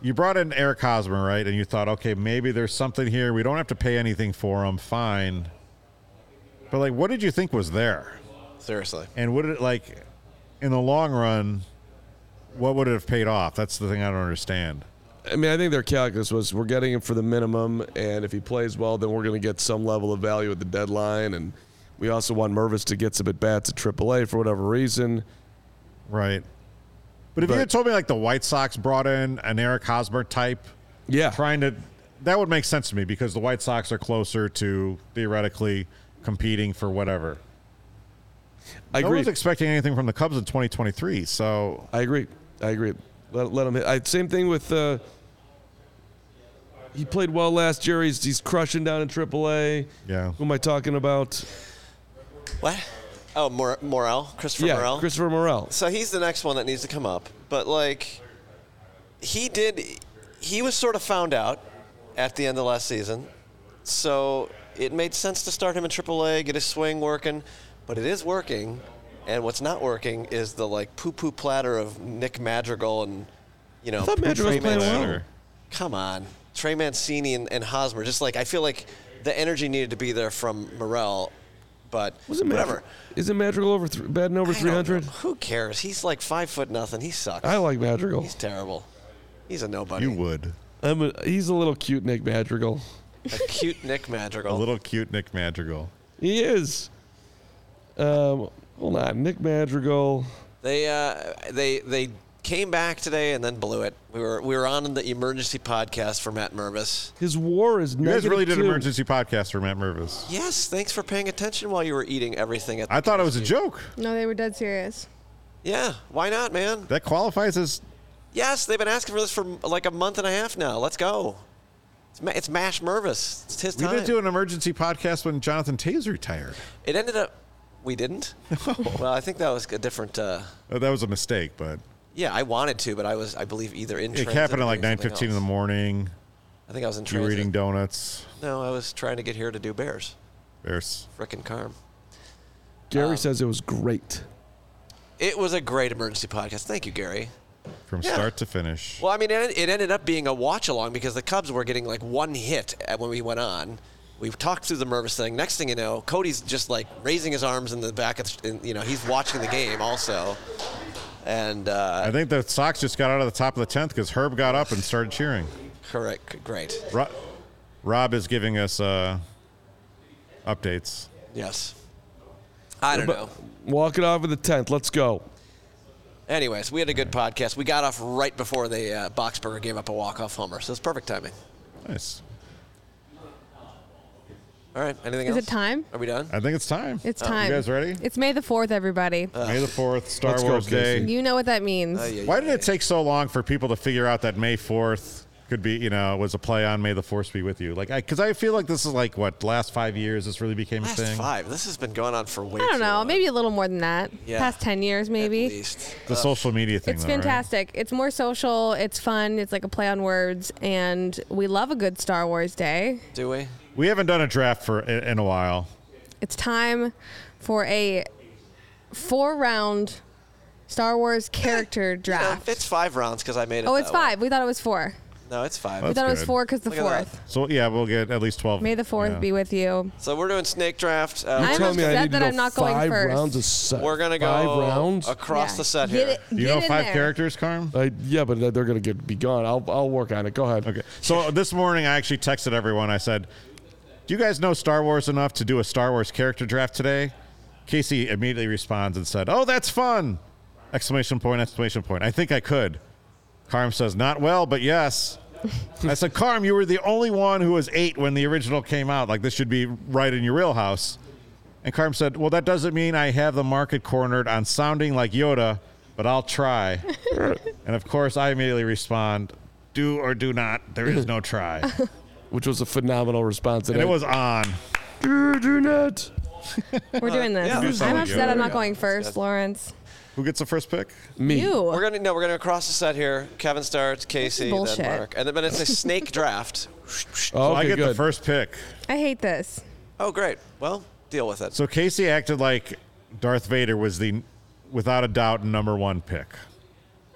you brought in Eric Hosmer, right? And you thought, okay, maybe there's something here. We don't have to pay anything for him. Fine. But, like, what did you think was there?
seriously.
And would it, like, in the long run, what would it have paid off? That's the thing I don't understand.
I mean, I think their calculus was we're getting him for the minimum, and if he plays well, then we're going to get some level of value at the deadline. And we also want Mervis to get some at bats at AAA for whatever reason.
Right. But if you
But-
had told me, like, the White Sox brought in an Eric Hosmer type,
Yeah.
trying to, that would make sense to me because the White Sox are closer to theoretically competing for whatever.
I
No
agree.
one's expecting anything from the Cubs in 2023. So
I agree. I agree. Let, let him hit. I, same thing with. Uh, he played well last year. He's, he's crushing down in AAA.
Yeah.
Who am I talking about?
What? Oh, Mor- Morel. Christopher
yeah,
Morel.
Christopher Morel.
so he's the next one that needs to come up. But like, he did, he was sort of found out at the end of last season, so it made sense to start him in AAA, get his swing working. But it is working, and what's not working is the like poo-poo platter of Nick Madrigal and you know.
I thought Madrigal
Trey
was playing
Mancini.
well.
Come on, Trey Mancini and, and Hosmer. Just like I feel like the energy needed to be there from Morel, but
Was it
whatever.
Madrigal? Isn't Madrigal over th- batting over
I don't know.
300?
Who cares? He's like five foot nothing. He sucks.
I like Madrigal.
He's terrible. He's a nobody.
you would.
I'm a, he's a little cute, Nick Madrigal.
A cute Nick Madrigal.
A little cute Nick Madrigal.
He is. Um, hold on, Nick Madrigal.
They uh, they they came back today and then blew it. We were we were on the emergency podcast for Matt Mervis.
His WAR is.
You guys really did an emergency podcast for Matt Mervis.
Yes, thanks for paying attention while you were eating everything at.
I thought it was a joke.
No, they were dead serious.
yeah, why not, man?
That qualifies as
Yes, they've been asking for this for like a month and a half now. Let's go. It's, Ma- it's Mash Mervis. It's his
we
time.
didn't do an emergency podcast when Jonathan Tays retired.
it ended up. We
[laughs]
didn't. well, I think that was a different. Uh,
Uh, that was a mistake, but
Yeah, I wanted to, but I was, I believe, either in.
it
transit
happened
or
at like
doing
nine
something
fifteen in the
else.
morning.
I think I was in
You were
transit.
eating donuts.
No, I was trying to get here to do bears.
Bears.
Frickin' Carm.
Oh.
Gary says it was great.
It was a great emergency podcast. Thank you, Gary.
From
Yeah.
start to finish.
Well, I mean, it, it ended up being a watch along because the Cubs were getting like one hit at, when we went on. We talked through the Mervis thing. Next thing you know, Cody's just like raising his arms in the back of, the, in, you know, he's watching the game also, and uh,
I think the Sox just got out of the top of the tenth because Herb got up and started cheering.
correct, great,
Ro- Rob is giving us uh, updates.
yes. I don't know.
Walk it off with the tenth. Let's go.
Anyways, we had a good podcast. We got off right before the uh, Boxberger gave up a walk-off homer, so it's perfect timing.
Nice.
All right, anything
Is
else?
it time?
Are we done?
I think it's time.
Oh.
It's time.
Uh, You guys ready?
It's May the Fourth, everybody.
Uh,
May the 4th, Star
Let's go,
Wars Day.
Casey.
you know what that means.
Ay, ay,
Why
ay.
did it take so long for people to figure out that May 4th Could be, you know, was a play on "May the Force be with you." Like, because I, feel like this is like what last five years this really became
Last
a thing.
five. This has been going on for way
I don't
too
know.
long,
Maybe a little more than that.
Yeah.
Past 10 years,
at
maybe.
least.
The social media thing.
It's
though, right?
fantastic. It's more social. It's fun. It's like a play on words. And we love a good Star Wars day.
Do we?
We haven't done a draft for in, in a while.
It's time for a four round Star Wars character
No,
draft.
Um, it's five rounds because I made it.
oh, it's
that way.
five. We thought it was four.
No, it's five.
We
That's
thought it was
good.
four because the
Look at that.
fourth.
So yeah, we'll get at least twelve.
May the fourth
yeah.
be with you.
So we're doing snake draft. Uh,
I'm
we're
Tell me I
upset
need
that
to go
I'm not going
five
first.
rounds a set.
We're gonna go
five rounds.
across
Yeah.
the set
Get
here.
it-
Do you
get
know
in
five
there.
characters, Carm?
I, yeah, but they're gonna get be gone. I'll I'll work on it. Go ahead.
Okay. So this morning I actually texted everyone. I said, "Do you guys know Star Wars enough to do a Star Wars character draft today?" Casey immediately responds and said, "Oh, that's fun!" Exclamation point! Exclamation point! I think I could. Carm says, "Not well, but yes." I said, "Carm, you were the only one who was eight when the original came out. Like this should be right in your wheelhouse." And Carm said, "Well, that doesn't mean I have the market cornered on sounding like Yoda, but I'll try." and of course, I immediately respond, "Do or do not. There is
[laughs]
no try." and
Which was a phenomenal response.
it was on.
do, do not.
We're doing this.
yeah. You
sound
I'm
like
upset
you.
I'm
Yeah.
not going first, Lawrence.
Who gets the first pick?
Me.
You.
We're gonna no, we're gonna cross the set here. Kevin starts, Casey,
bullshit.
then Mark, and then but it's a snake draft.
Oh,
So
okay,
I get
good.
the first pick.
I hate this.
Oh, great. Well, deal with it.
So Casey acted like Darth Vader was the, without a doubt, number one pick.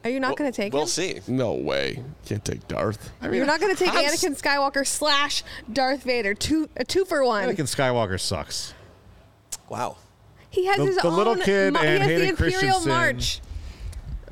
Are you not going to take
We'll
him?
see.
No way. Can't take Darth.
You're not going to take
I'm s-
Anakin Skywalker slash Darth Vader. Two, a two for one.
Anakin Skywalker sucks.
Wow.
He has
The-
his
the
own.
little kid
mu- he
and
has
Hayden
the Imperial
Christensen.
March.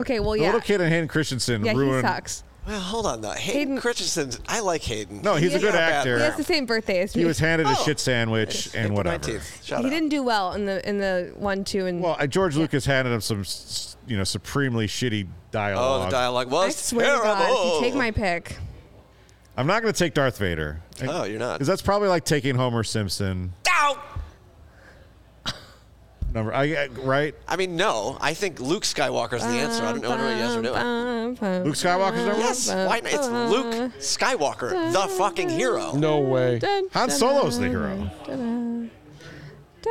Okay, well,
The
yeah,
little kid and Hayden Christensen
yeah,
ruined.
he sucks.
Well, hold on though. Hayden,
Hayden-
Christensen. I like Hayden.
No, he's
a good
not bad.
actor.
He has the same birthday as me.
He was handed
[laughs]
a
Oh.
shit sandwich and
April
whatever.
19th. Shout
he
out.
didn't do well in the in the one, two, and
Well, uh, George Lucas handed him some, s- you know, supremely shitty
Oh, the
dialogue.
dialogue
I
was
swear
terrible.
to God, if you take my pick.
I'm not going to take Darth Vader.
Oh, you're not.
Because that's probably like taking Homer Simpson.
Ow!
Number, I, I- right?
I mean, no. I think Luke Skywalker's the answer. I don't know whether yes or no.
Luke Skywalker's number one.
Yes, why not? It's Luke Skywalker, the fucking hero.
[laughs]
No way.
Han Solo's the hero.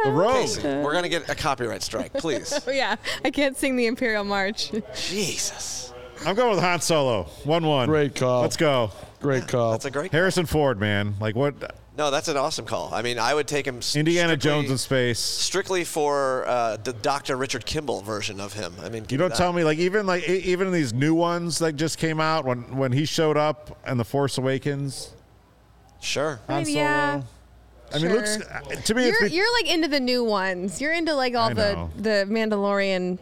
The Rogue.
Casey, we're gonna get a copyright strike,
[laughs]
please.
Oh yeah, I can't sing the Imperial March.
Jesus,
I'm going with Han Solo. One one.
Great call.
Let's go.
Great call.
that's a great.
Harrison Ford, man. Like what?
No, that's an awesome call. I mean, I would take him. s-
Indiana
strictly-
Jones in space.
strictly for uh, the Dr. Richard Kimball version of him. I mean,
You don't tell me. Like even like e- even these new ones that just came out when when he showed up and the Force Awakens.
Sure.
I
Han
mean,
Solo.
yeah,
I mean,
sure.
Luke's to me.
You're
it's be-
you're like into the new ones. You're into like all
I
the
know.
the Mandalorian.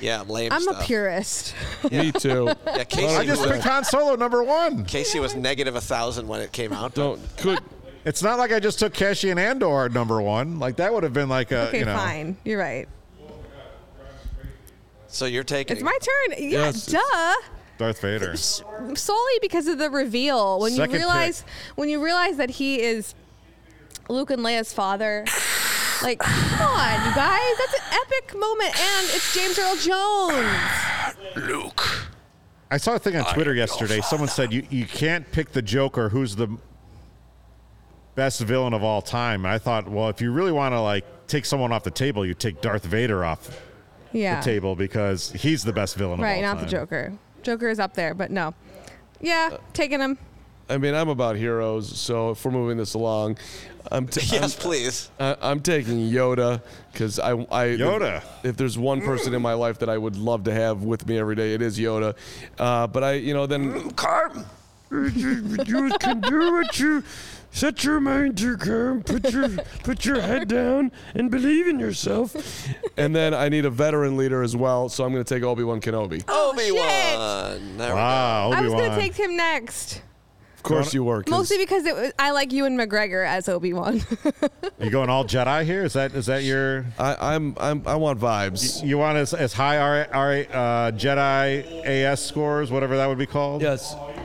Yeah, lame.
I'm
stuff.
a purist.
Me too.
Yeah, Casey,
I just
was,
picked Han Solo number one.
Casey was negative a thousand when it came out.
Don't could.
It's not like I just took Cassie and Andor at number one. Like that would have been
[laughs]
like a
Okay,
Uh, you know.
fine. You're right.
So you're taking.
It's my turn. Yeah,
Yes,
duh.
Darth
[laughs]
Vader.
solely because of the reveal when
Second
you realize when you realize that he is Luke and Leia's father. Like, come on, you guys, that's an epic moment, and it's James Earl Jones.
I saw a thing on Twitter yesterday. Someone said you, you can't pick the Joker who's the best villain of all time. And I thought, well, if you really want to like take someone off the table, you take Darth Vader off
Yeah,
the table because he's the best villain
right,
of all
not
time. Uh,
the Joker. Joker is up there, but no, yeah, taking him.
I mean, I'm about heroes. So if we're moving this along, I'm. T-
[laughs] [laughs] yes, please.
I- I'm taking Yoda because I, I
Yoda.
If there's one person in my life that I would love to have with me every day, it is Yoda. Uh, but I, you know, then
Carm.
you can do what you set your mind to, Kerm. Put your put your head down and believe in yourself. And then I need a veteran leader as well, so I'm going to take Obi Wan Kenobi.
Oh,
Obi Wan. There
Wow,
I was
Obi-Wan.
gonna take him next,
Of course, you work.
mostly because it was, I like Ewan McGregor as Obi Wan.
you going all Jedi here? Is that is that your
I, I'm, I'm I want vibes.
you want as, as high R, R, uh, Jedi AS scores, whatever that would be called?
Yes,
We're
[laughs]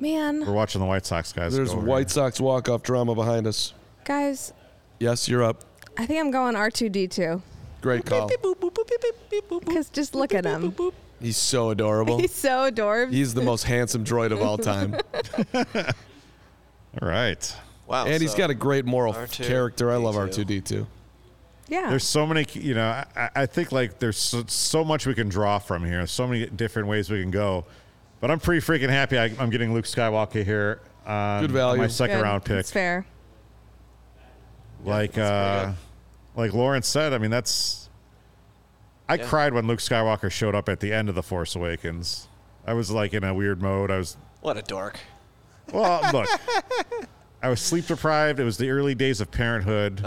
Man,
watching the White Sox guys.
there's
go over
White Sox walk off drama behind us.
guys,
Yes, you're up.
I think I'm going R two D two
Great call.
because just look at him.
He's so adorable.
He's so adorbs.
[laughs] He's the most handsome droid of all time.
All right.
Wow.
And he's
so-
got a great moral
R2,
character. I love
D2.
R2D2.
yeah.
There's so many, you know, I- I, I think like there's so, so much we can draw from here. So many different ways we can go. But I'm pretty freaking happy I, I'm getting Luke Skywalker here. On
Good value.
My second
Good.
round pick.
That's fair.
Like, uh, like Lawrence said, I mean, that's. I
Yeah.
cried when Luke Skywalker showed up at the end of The Force Awakens. I was like in a weird mode. I was
What a dork.
Well,
[laughs]
look, I was sleep deprived. It was the early days of parenthood,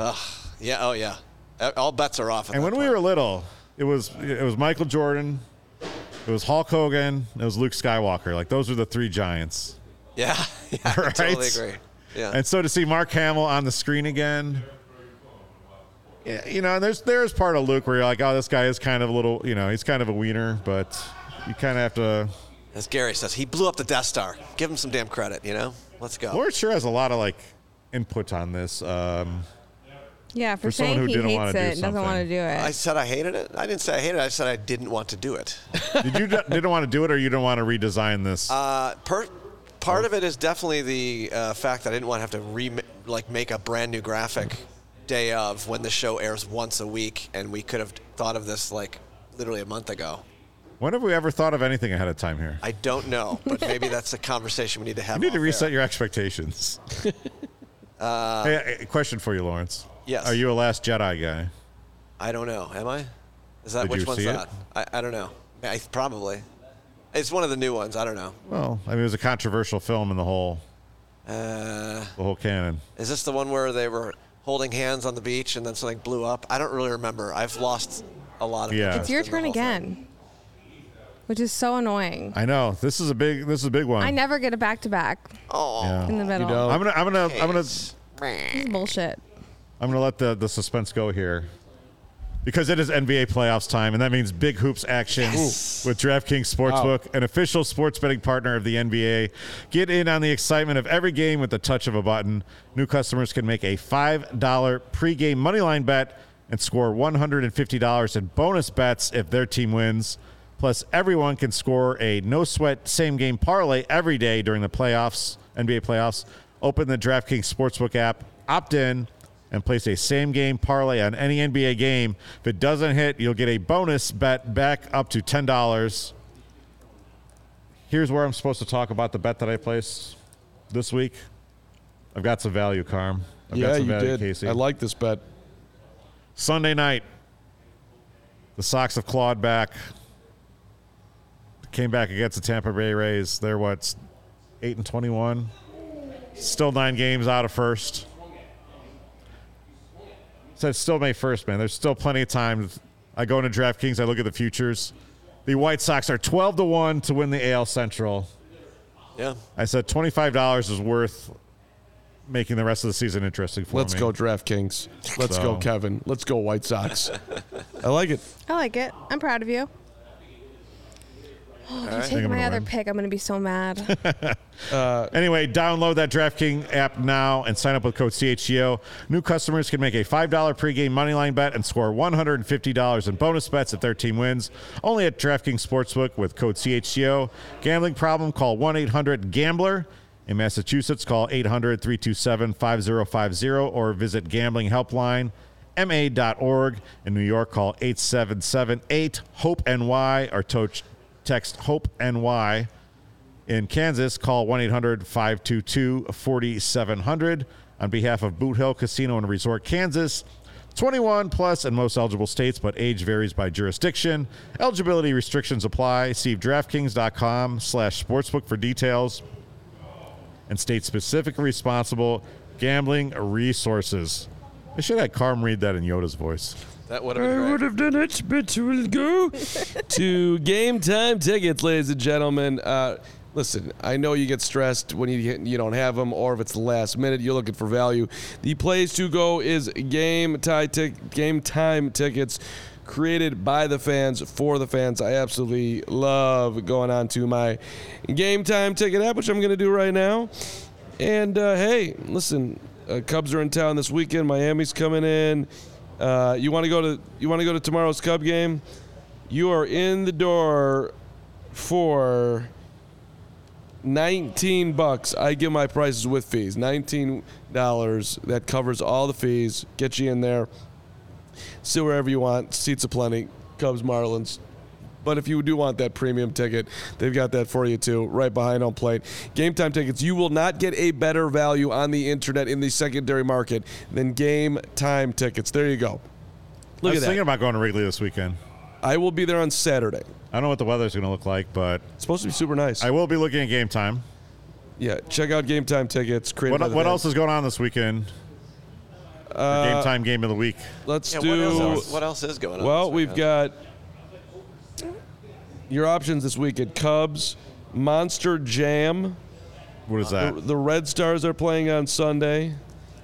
Yeah. Oh yeah. Uh, All bets are off. at
and
that
when we
point.
were little, it was it was Michael Jordan, it was Hulk Hogan, it was Luke Skywalker. Like those were the three giants.
yeah, [laughs] yeah, I
Right?
totally agree. Yeah.
And so to see Mark Hamill on the screen again, yeah, you know, and there's there's part of Luke where you're like, oh, this guy is kind of a little, you know, he's kind of a wiener, but you kind of have to.
As Gary says, he blew up the Death Star. Give him some damn credit. You know. Let's go.
Lawrence sure has a lot of like input on this. Um,
Yeah, for,
For someone
saying
who
he
didn't wanna
hates
do
it and doesn't
something.
want to do
I
it.
said I hated it. I didn't say I hated it. I said I didn't want to do it. [laughs]
did you [laughs] didn't want to do it, or you didn't want to redesign this?
Uh, per, part of it is definitely the uh, fact that I didn't want to have to re like make a brand new graphic day of when the show airs once a week, and we could have thought of this like literally a month ago.
When have we ever thought of anything ahead of time here?
I don't know,
[laughs]
but maybe that's a conversation we need to have.
You need to
off
reset
air.
your expectations. Uh, hey, a question for you, Lawrence.
Yes.
Are you a Last Jedi guy?
I don't know. Am I? Is that
Did
which
you
one's
see it?
that? I, I don't know. I, probably. It's one of the new ones. I don't know.
Well, I mean, it was a controversial film in the whole
Uh,
the whole canon.
is this the one where they were holding hands on the beach and then something blew up? I don't really remember. I've lost a lot of.
Yeah.
interest
It's
It's your
in the
turn
whole thing.
again, which is so annoying.
I know this is a big this is a big one.
I never get a back to back
Oh.
Yeah.
in the middle.
I'm gonna I'm gonna I'm gonna
This is bullshit.
I'm gonna let the the suspense go here. Because it is NBA playoffs time, and that means big hoops action with DraftKings Sportsbook, an official sports betting partner of the NBA. Get in on the excitement of every game with the touch of a button. New customers can make a $5 pregame moneyline bet and score $150 in bonus bets if their team wins. Plus, everyone can score a no sweat same game parlay every day during the playoffs, NBA playoffs. Open the DraftKings Sportsbook app, opt in and place a same game parlay on any NBA game. If it doesn't hit, you'll get a bonus bet back up to $10. Here's where I'm supposed to talk about the bet that I placed this week. I've got some value, Carm. I've
yeah,
got some
you
value,
did.
Casey.
I like this bet.
Sunday night, the Sox have clawed back. Came back against the Tampa Bay Rays. They're what's eight and twenty-one. Still nine games out of first. So it's still May first, man. There's still plenty of time. I go into DraftKings. I look at the futures. The White Sox are twelve to one to win the AL Central.
Yeah.
I said twenty-five dollars is worth making the rest of the season interesting for
Let's
me.
go DraftKings. Let's
So-
go Kevin. Let's go White
[laughs]
Sox. I like it.
I like it. I'm proud of you. Oh, if you
I'm
take
gonna
my other
win.
pick, I'm gonna be so mad.
[laughs] Anyway, download that DraftKings app now and sign up with code CHGO. New customers can make a $5 pregame moneyline bet and score $150 in bonus bets if their team wins. Only at DraftKings Sportsbook with code CHGO. Gambling problem? Call 1-800-GAMBLER. In Massachusetts, call 800-327-5050 or visit gamblinghelpline ma.org. In New York, call 877-8-HOPE-NY or to- text HOPE-NY. In Kansas, call 1 800 522 4700. On behalf of Boot Hill Casino and Resort, Kansas, 21 plus in most eligible states, but age varies by jurisdiction. Eligibility restrictions apply. See DraftKings.com slash sportsbook for details and state specific responsible gambling resources. I should have had Carm read that in Yoda's voice.
That would have been great.
have done it, but we'll go to game time tickets, ladies and gentlemen. Uh, listen, I know you get stressed when you you don't have them, or if it's the last minute, you're looking for value. The place to go is game tie tic- game time tickets. Created by the fans for the fans. I absolutely love going on to my game time ticket app, which I'm going to do right now. And uh, hey, listen, uh, Cubs are in town this weekend. Miami's coming in. Uh, you want to go to you want to go to tomorrow's Cub game? You are in the door for 19 bucks. I give my prices with fees. $19 that covers all the fees. Get you in there. Sit wherever you want. Seats aplenty. Cubs, Marlins. But if you do want that premium ticket, they've got that for you too, right behind home plate. Game time tickets. You will not get a better value on the internet in the secondary market than game time tickets. There you go. Look
I was
at that.
thinking about going to Wrigley this weekend.
I will be there on Saturday.
I don't know what the weather's going to look like, but
It's supposed to be super nice.
I will be looking at game time.
yeah, check out game time tickets. Created by
What,
the
what
Fans.
else is going on this weekend? Uh, game time game of the week.
Let's
Yeah, what,
do.
else, what else is going on?
Well,
this
we've
weekend?
got your options this week at Cubs, Monster Jam.
What is
The,
that?
the Red Stars are playing on Sunday.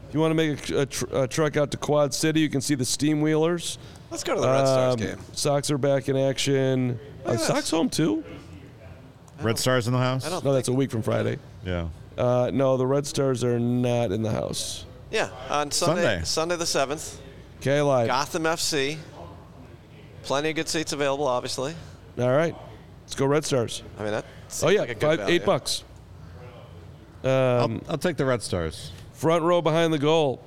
If you want to make a, a, tr- a trek out to Quad City, you can see the Steam Wheelers.
Let's go to the Red Stars
Um,
game.
Sox are back in action.
at
Are the
this.
Sox home too?
Red Stars in the house.
I don't-
No, that's a week from Friday.
Yeah.
Uh, no, the Red Stars are not in the house.
Yeah, on Sunday,
Sunday.
Sunday the seventh,
Okay, live.
Gotham FC. Plenty of good seats available, obviously.
All right, let's go Red Stars.
I mean, that.
Oh
seems
yeah,
like a good
five,
value.
eight bucks.
I'll, I'll take the Red Stars.
Front row behind the goal.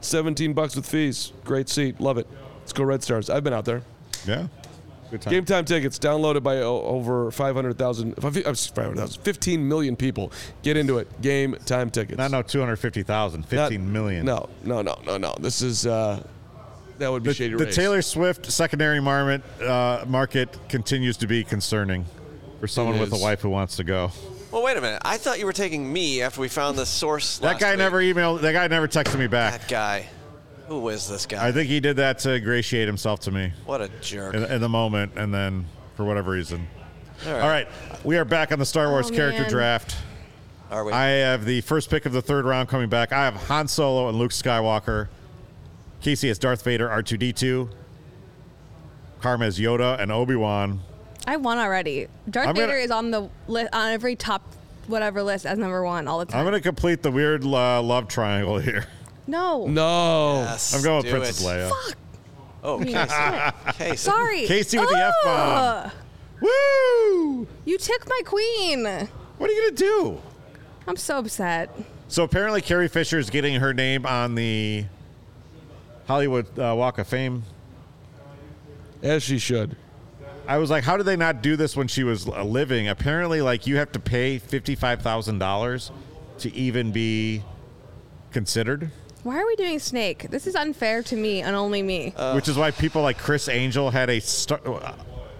17 bucks with fees. Great seat. Love it. Let's go Red Stars. I've been out there.
Yeah. Good time.
Game time tickets downloaded by o- over 500,000 if I fi- I'm sorry, 500,000 15 million people. Get into it. Game time tickets.
Not no 250,000,
Not-
15 million.
No, no, no, no, no. This is uh that would be
The,
shady
the
race.
Taylor Swift secondary market, uh, market continues to be concerning for someone
It
with
is.
a wife who wants to go.
Well, wait a minute. I thought you were taking me after we found this source.
That
last
guy
week.
never emailed. That guy never texted me back.
That guy. Who is this guy?
I think he did that to ingratiate himself to me
what a jerk.
in, in the moment, and then for whatever reason.
All right.
All right, we are back on the Star Wars
Oh,
character
man.
draft.
Are we?
I have the first pick of the third round coming back. I have Han Solo and Luke Skywalker. Casey has Darth Vader, R two D two. Karma has Yoda and Obi Wan.
I won already. Darth
I'm gonna-
Vader is on the li- on every top whatever list as number one all the
I'm
time.
going to complete the weird uh, love triangle here.
no.
No.
Yes,
Oh, I'm going with
do
Princess
it.
Leia.
Oh,
Shit.
Casey. Casey.
Sorry.
Casey with the F-bomb.
Ugh.
Woo!
You took my queen.
What are you going to do?
I'm so upset.
So apparently, Carrie Fisher is getting her name on the Hollywood uh, Walk of Fame.
As she should.
I was like, how did they not do this when she was uh, living? Apparently, like you have to pay fifty-five thousand dollars to even be considered,
Why are we doing Snake? This is unfair to me and only me.
which is why people like Chris Angel had a star,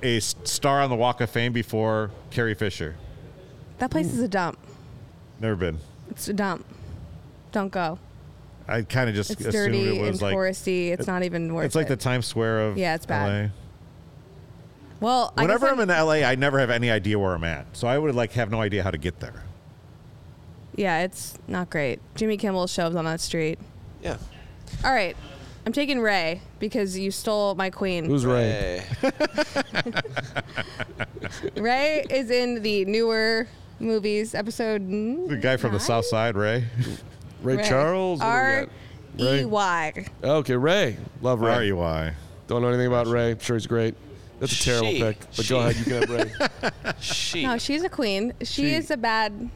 a star on the Walk of Fame before Carrie Fisher.
that place is a dump.
Never been.
It's a dump. Don't go.
I kind of just
It's
assumed
dirty
it
and
was like
touristy. It's not even worth
it's like the
it.
Times Square of
Yeah, it's bad.
LA.
well, I guess
Whenever I'm
I'm-
in LA, I never have any idea where I'm at, so I would like have no idea how to get there.
yeah, it's not great. Jimmy Kimmel shows on that street.
Yeah.
All right, I'm taking Ray because you stole my queen.
Who's right?
Hey.
Ray is in the newer movies, episode n-
The guy from the South Side, Ray.
Ray,
Ray.
Charles? What do we
R
got?
E Y.
Okay, Ray. Love Ray.
Where are you? Why?
Don't know anything about Ray. I'm sure he's great. That's a terrible
She-
pick. But
she-
go ahead, you can have
[laughs]
Ray.
She.
No, Oh, she's a queen. She, is a bad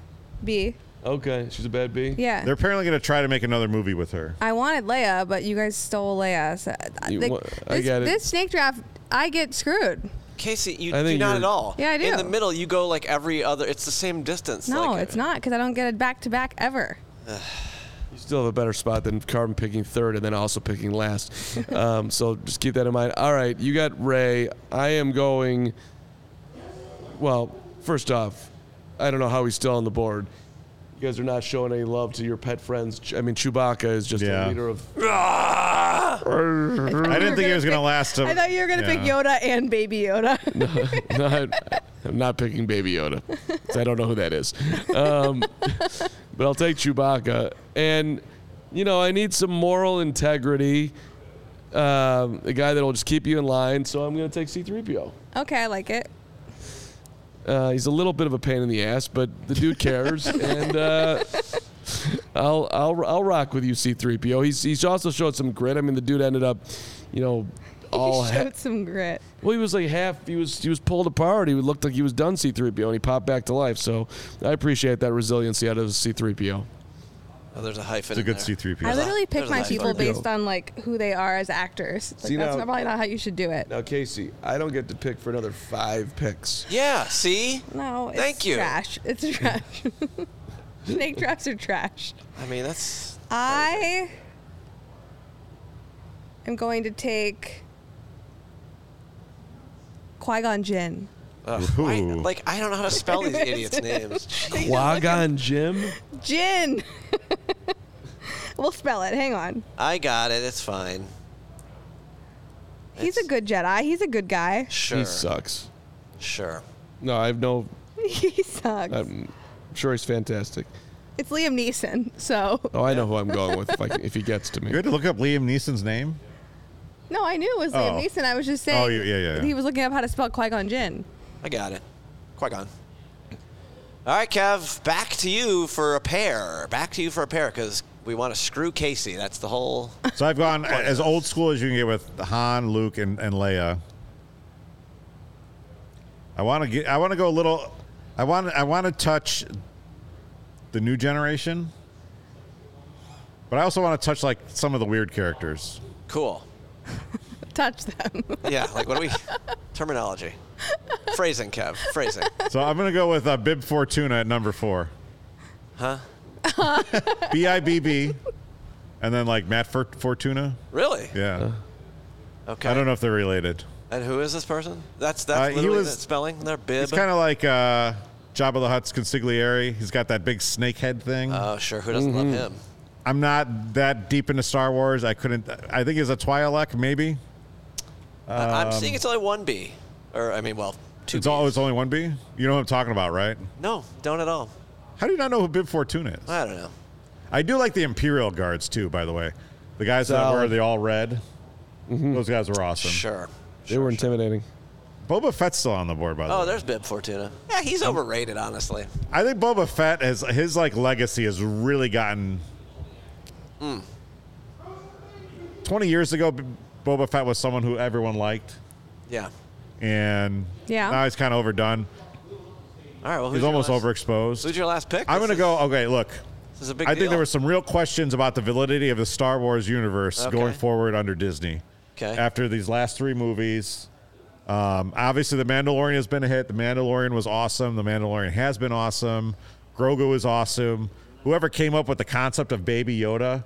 bee.
okay, she's a bad B.
Yeah.
They're apparently going to try to make another movie with her.
I wanted Leia, but you guys stole Leia. So I-
You
like,
wa-
this,
I get it.
this snake draft, I get screwed.
Casey, you
I
do
think
not
you're-
at all.
Yeah, I do.
In the middle, you go like every other. It's the same distance.
No,
like,
it's not because I don't get it back to back ever.
You still have a better spot than Carbon picking third and then also picking last. um, so just keep that in mind. All right, you got Ray. I am going. Well, first off, I don't know how he's still on the board. You guys are not showing any love to your pet friends. Ch- I mean, Chewbacca is just
Yeah.
a leader of.
I didn't think it was going to
pick-
last. a-
I thought you were gonna pick
Yeah.
Yoda and Baby Yoda.
[laughs] Not, I'm not picking Baby Yoda. 'cause I don't know who that is. Um, [laughs] but I'll take Chewbacca. And, you know, I need some moral integrity. Um, a guy that'll just keep you in line. So I'm going to take C3PO.
[laughs] okay, I like it.
Uh, he's a little bit of a pain in the ass, but the dude cares, [laughs] and uh, I'll I'll I'll rock with you, C-3PO. He's he's also showed some grit. I mean, the dude ended up, you know, all
he [laughs]
ha-
showed some grit.
well, he was like half. He was he was pulled apart. He looked like he was done C-3PO, and he popped back to life. So I appreciate that resiliency out of C-3PO.
Oh, there's a hyphen.
It's a
in
good
there.
C3PO.
I literally pick
There's
my
that
people
photo.
based on like who they are as actors. Like,
See,
that's
now-
not- probably not how you should do it.
Now, Casey, I don't get to pick for another five picks.
Yeah. See.
No, it's
Thank you.
trash. It's trash. [laughs] Snake drafts are trash.
I mean, that's
I am going to take Qui Gon Jinn.
uh, why-
Ooh.
like I don't know how to spell these
[laughs]
idiots' names.
Wagon Jim.
[laughs]
Jinn. we'll spell it. Hang on.
I got it. It's fine.
He's a good Jedi. He's a good guy. [laughs]
Sure.
He sucks.
Sure.
No, I have no.
He sucks.
Uh,
I'm sure he's fantastic.
it's Liam Neeson. So
Oh, I know who I'm going with if, I can, if he gets to me.
You had to look up Liam Neeson's name.
no, I knew it was Liam
Oh.
Neeson. I was just saying.
Oh, yeah, yeah, yeah, yeah.
He was looking up how to spell Qui Gon Jinn.
I got it. Qui Gon. All right, Kev. Back to you for a pair. Back to you for a pair because we want to screw Casey. That's the whole.
So I've gone as old school as you can get with Han, Luke, and, and Leia. I want to get. I want to go a little. I want. I want to touch the new generation, but I also want to touch like some of the weird characters.
Cool.
Touch [laughs] them.
Yeah. Like what do we? [laughs] terminology. Phrasing, Kev. Phrasing.
So I'm gonna go with uh, Bib Fortuna at number four.
Huh?
B I B B, and then like Matt Fort- Fortuna.
Really?
Yeah,
Okay.
I don't know if they're related.
And who is this person? That's
Uh,
that's
he
literally
was-
the spelling. Their bib.
It's kind of like uh, Jabba the Hutt's consigliere. He's got that big snake head thing.
Oh, sure. Who doesn't
Mm-hmm.
love him?
I'm not that deep into Star Wars. I couldn't. I think he's a Twi'lek, maybe.
I I'm seeing it's only one B, or I mean, well, two.
Um, It's, all,
Bs.
it's only one B. You know what I'm talking about, right?
No, don't at all.
How do you not know who Bib Fortuna is?
I don't know.
I do like the Imperial Guards too, by the way. The guys that
Solid.
wear the all red. Those guys were awesome.
Mm-hmm. Sure.
They were intimidating.
Boba Fett's still on the board, by the
Oh,
way.
there's Bib Fortuna. Yeah, he's overrated, honestly.
I think Boba Fett has his like legacy has really gotten. Twenty years ago, B- Boba Fett was someone who everyone liked,
Yeah.
and
Yeah.
now he's kind of overdone.
All right. Well, who's
He's
your
almost
last-
overexposed.
Who's your last pick?
I'm
This
gonna
is-
go. Okay, look.
This is a big.
I think
deal.
there were some real questions about the validity of the Star Wars universe
Okay.
going forward under Disney.
Okay.
After these last three movies, um, obviously The Mandalorian has been a hit. The Mandalorian was awesome. The Mandalorian has been awesome. Grogu is awesome. Whoever came up with the concept of Baby Yoda,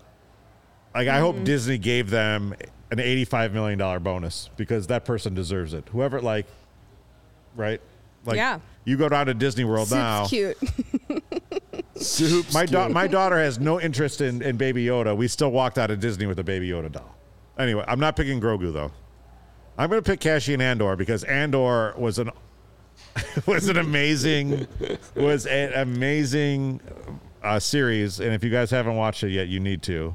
like I
Mm-hmm.
hope Disney gave them an eighty-five million dollar bonus because that person deserves it. Whoever, like, right? Like,
Yeah.
You go down to Disney World now.
It's cute.
Soups.
My, da- my daughter has no interest in, in Baby Yoda. We still walked out of Disney with a Baby Yoda doll. Anyway, I'm not picking Grogu though. I'm going to pick Cassian Andor because Andor was an [laughs] was an amazing was an amazing uh, series, and if you guys haven't watched it yet, you need to.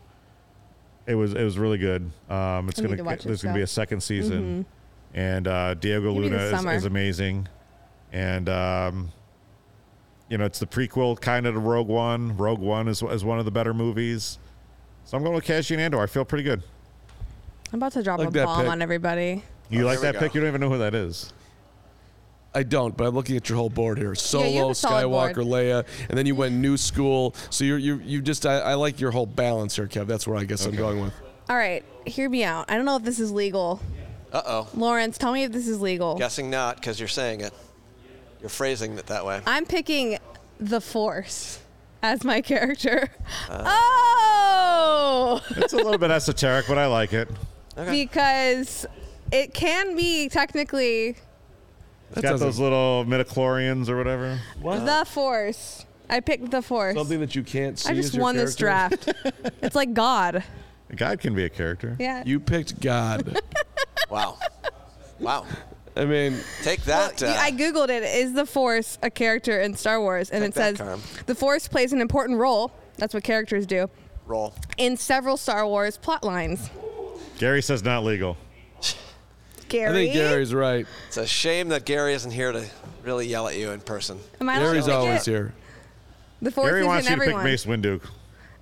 It was it was really good. Um, it's
I need
gonna
to watch Mm-hmm. it
there's gonna be
still.
a second season, and uh, Diego
Maybe
Luna
this
is,
summer.
is amazing, and um, you know it's the prequel kind of to Rogue One. Rogue One is is one of the better movies, so I'm going with Cassian Andor. I feel pretty good.
I'm about to drop
Like
a
that
bomb
pic.
on everybody.
You
Oh,
like
there
that
we
pick?
go.
You don't even know who that is.
I don't, but I'm looking at your whole board here. Solo,
you have a solid
Skywalker,
board.
Leia, and then you went new school. So you you you just I, I like your whole balance here, Kev. That's where I guess I'm going with.
All right, hear me out. I don't know if this is legal.
Uh oh.
Lawrence, tell me if this is legal.
Guessing not because you're saying it. You're phrasing it that way.
I'm picking the Force as my character. oh!
It's a little bit [laughs] esoteric, but I like it.
Because it can be technically
It's got
doesn't-
those little midichlorians or whatever.
the Force. I picked the Force.
Something that you can't see.
I
is
just
your
won this
character.
draft.
[laughs]
it's like God.
A god can be a character.
Yeah.
You picked
[laughs]
God.
[laughs]
Wow. Wow.
I mean,
Take that.
Yeah,
uh,
I googled it. Is the Force a character in Star Wars? And
Take
it
that,
says
Carm.
the Force plays an important role. That's what characters do
roll.
in several Star Wars plot lines.
Gary says not legal.
Gary,
I think Gary's right.
It's a shame that Gary isn't here to really yell at you in person.
Am I allowed to
Gary's
pick
always
it?
here.
The Force
Gary
is
wants
in
you
everyone.
to pick Mace Windu.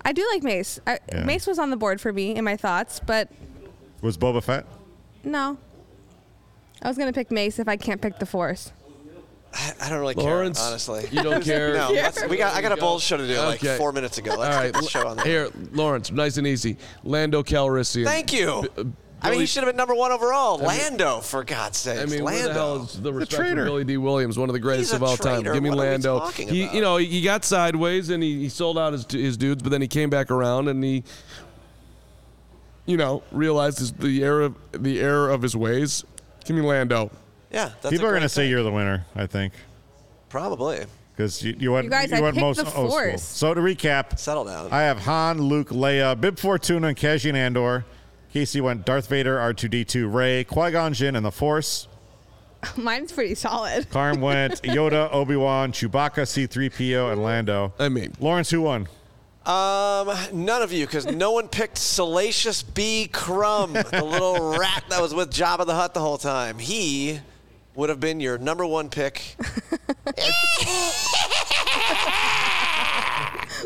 I do like Mace. I,
Yeah.
Mace was on the board for me in my thoughts, but
Was Boba Fett?
No. I was gonna pick Mace if I can't pick the Force. [laughs]
I, I don't really
Lawrence,
care, honestly.
you don't
[laughs]
care.
No, that's- we got. I got a bold show to do
Okay.
like four minutes ago. Let's
All right,
get this show on there.
here, Lawrence, nice and easy. Lando Calrissian.
Thank you. I mean,
uh, Billy-
he should have been number one overall. Lando, for God's sake.
I mean, where the hell
Lando.
is the respect for
traitor.
Billy D. Williams, one of the
He's
greatest
a
of all time?
traitor.
Give me
What are we
Lando.
talking
He, you
about?
know, he got sideways and he, he sold out his, his dudes, but then he came back around and he, you know, realized his, the error the error of his ways. Give me Lando.
yeah, that's
People
a
are
great
going to say
pick.
you're the winner, I think,
probably
because you, you went
You guys, I
went
picked
most
the
old school.
Force.
So to recap,
settle down.
I have Han, Luke, Leia, Bib Fortuna, and Cassian Andor. Casey went Darth Vader, R2D2, Ray, Qui Gon Jinn, and the Force.
Mine's pretty solid. [laughs]
Karm went Yoda, Obi Wan, Chewbacca, C3PO, and Lando.
I mean-
Lawrence, who won?
Um, none of you, because no one picked Salacious B. Crumb, the
[laughs]
little rat that was with Jabba the Hutt the whole time. He would have been your number one pick.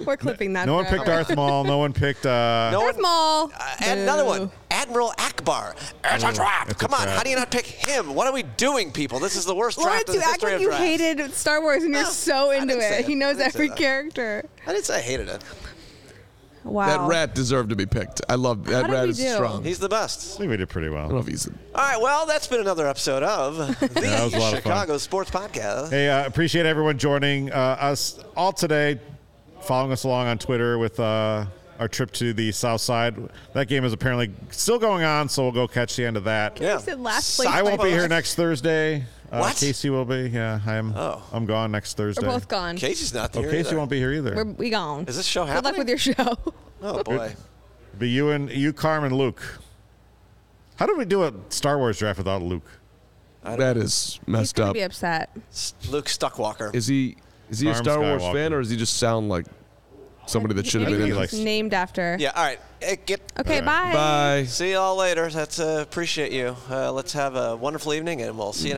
We're clipping that.
No one picked
forever.
Darth Maul. No one picked. Uh,
No
Darth
one.
Maul.
Uh, and another
Boo.
one, Admiral Akbar. It's a
it's
draft.
a
Come on,
trap.
how do you not pick him? What are we doing, people? This is the worst draft
Lawrence,
in
you
the
act
history
like
of
you
drafts.
hated Star Wars and you're
No,
so
I
into
didn't say
it.
that.
He knows
I didn't say
every
that.
character.
I didn't say I hated it.
Wow.
That rat deserved to be picked. I love that
did
rat
we
is
do?
strong.
He's the best.
I think we did pretty
I don't know
well.
if he's.
All right, well, that's been another episode
[laughs]
of
that was a
the
lot of fun.
Chicago Sports Podcast.
Hey, uh, appreciate everyone joining uh, us all today, following us along on Twitter with uh, our trip to the South Side. That game is apparently still going on, so we'll go catch the end of that.
Yeah.
said last place
So-
by
I won't be
vote.
here next Thursday. Uh,
What?
Casey will be. Yeah, I'm.
Oh.
I'm gone next Thursday.
We're both gone.
Casey's not
Oh,
here.
Casey
either.
won't be here either.
We're we gone.
Is this show
Good luck
happening?
with your show.
Oh boy.
Be you and you, Carm, and Luke. How did we do a Star Wars draft without Luke?
That is
He's
messed
gonna
up.
be upset.
S- Luke Stuckwalker.
Is he? Is he a
Farm
Star Wars
Skywalker.
fan, or does he just sound like somebody that should have
Maybe
been in
he's
like-
this?
just named after.
yeah. All right. Hey, get.
Okay.
All
Bye.
Bye.
See you all later. That's uh, appreciate you. Uh, let's have a wonderful evening, and we'll see you.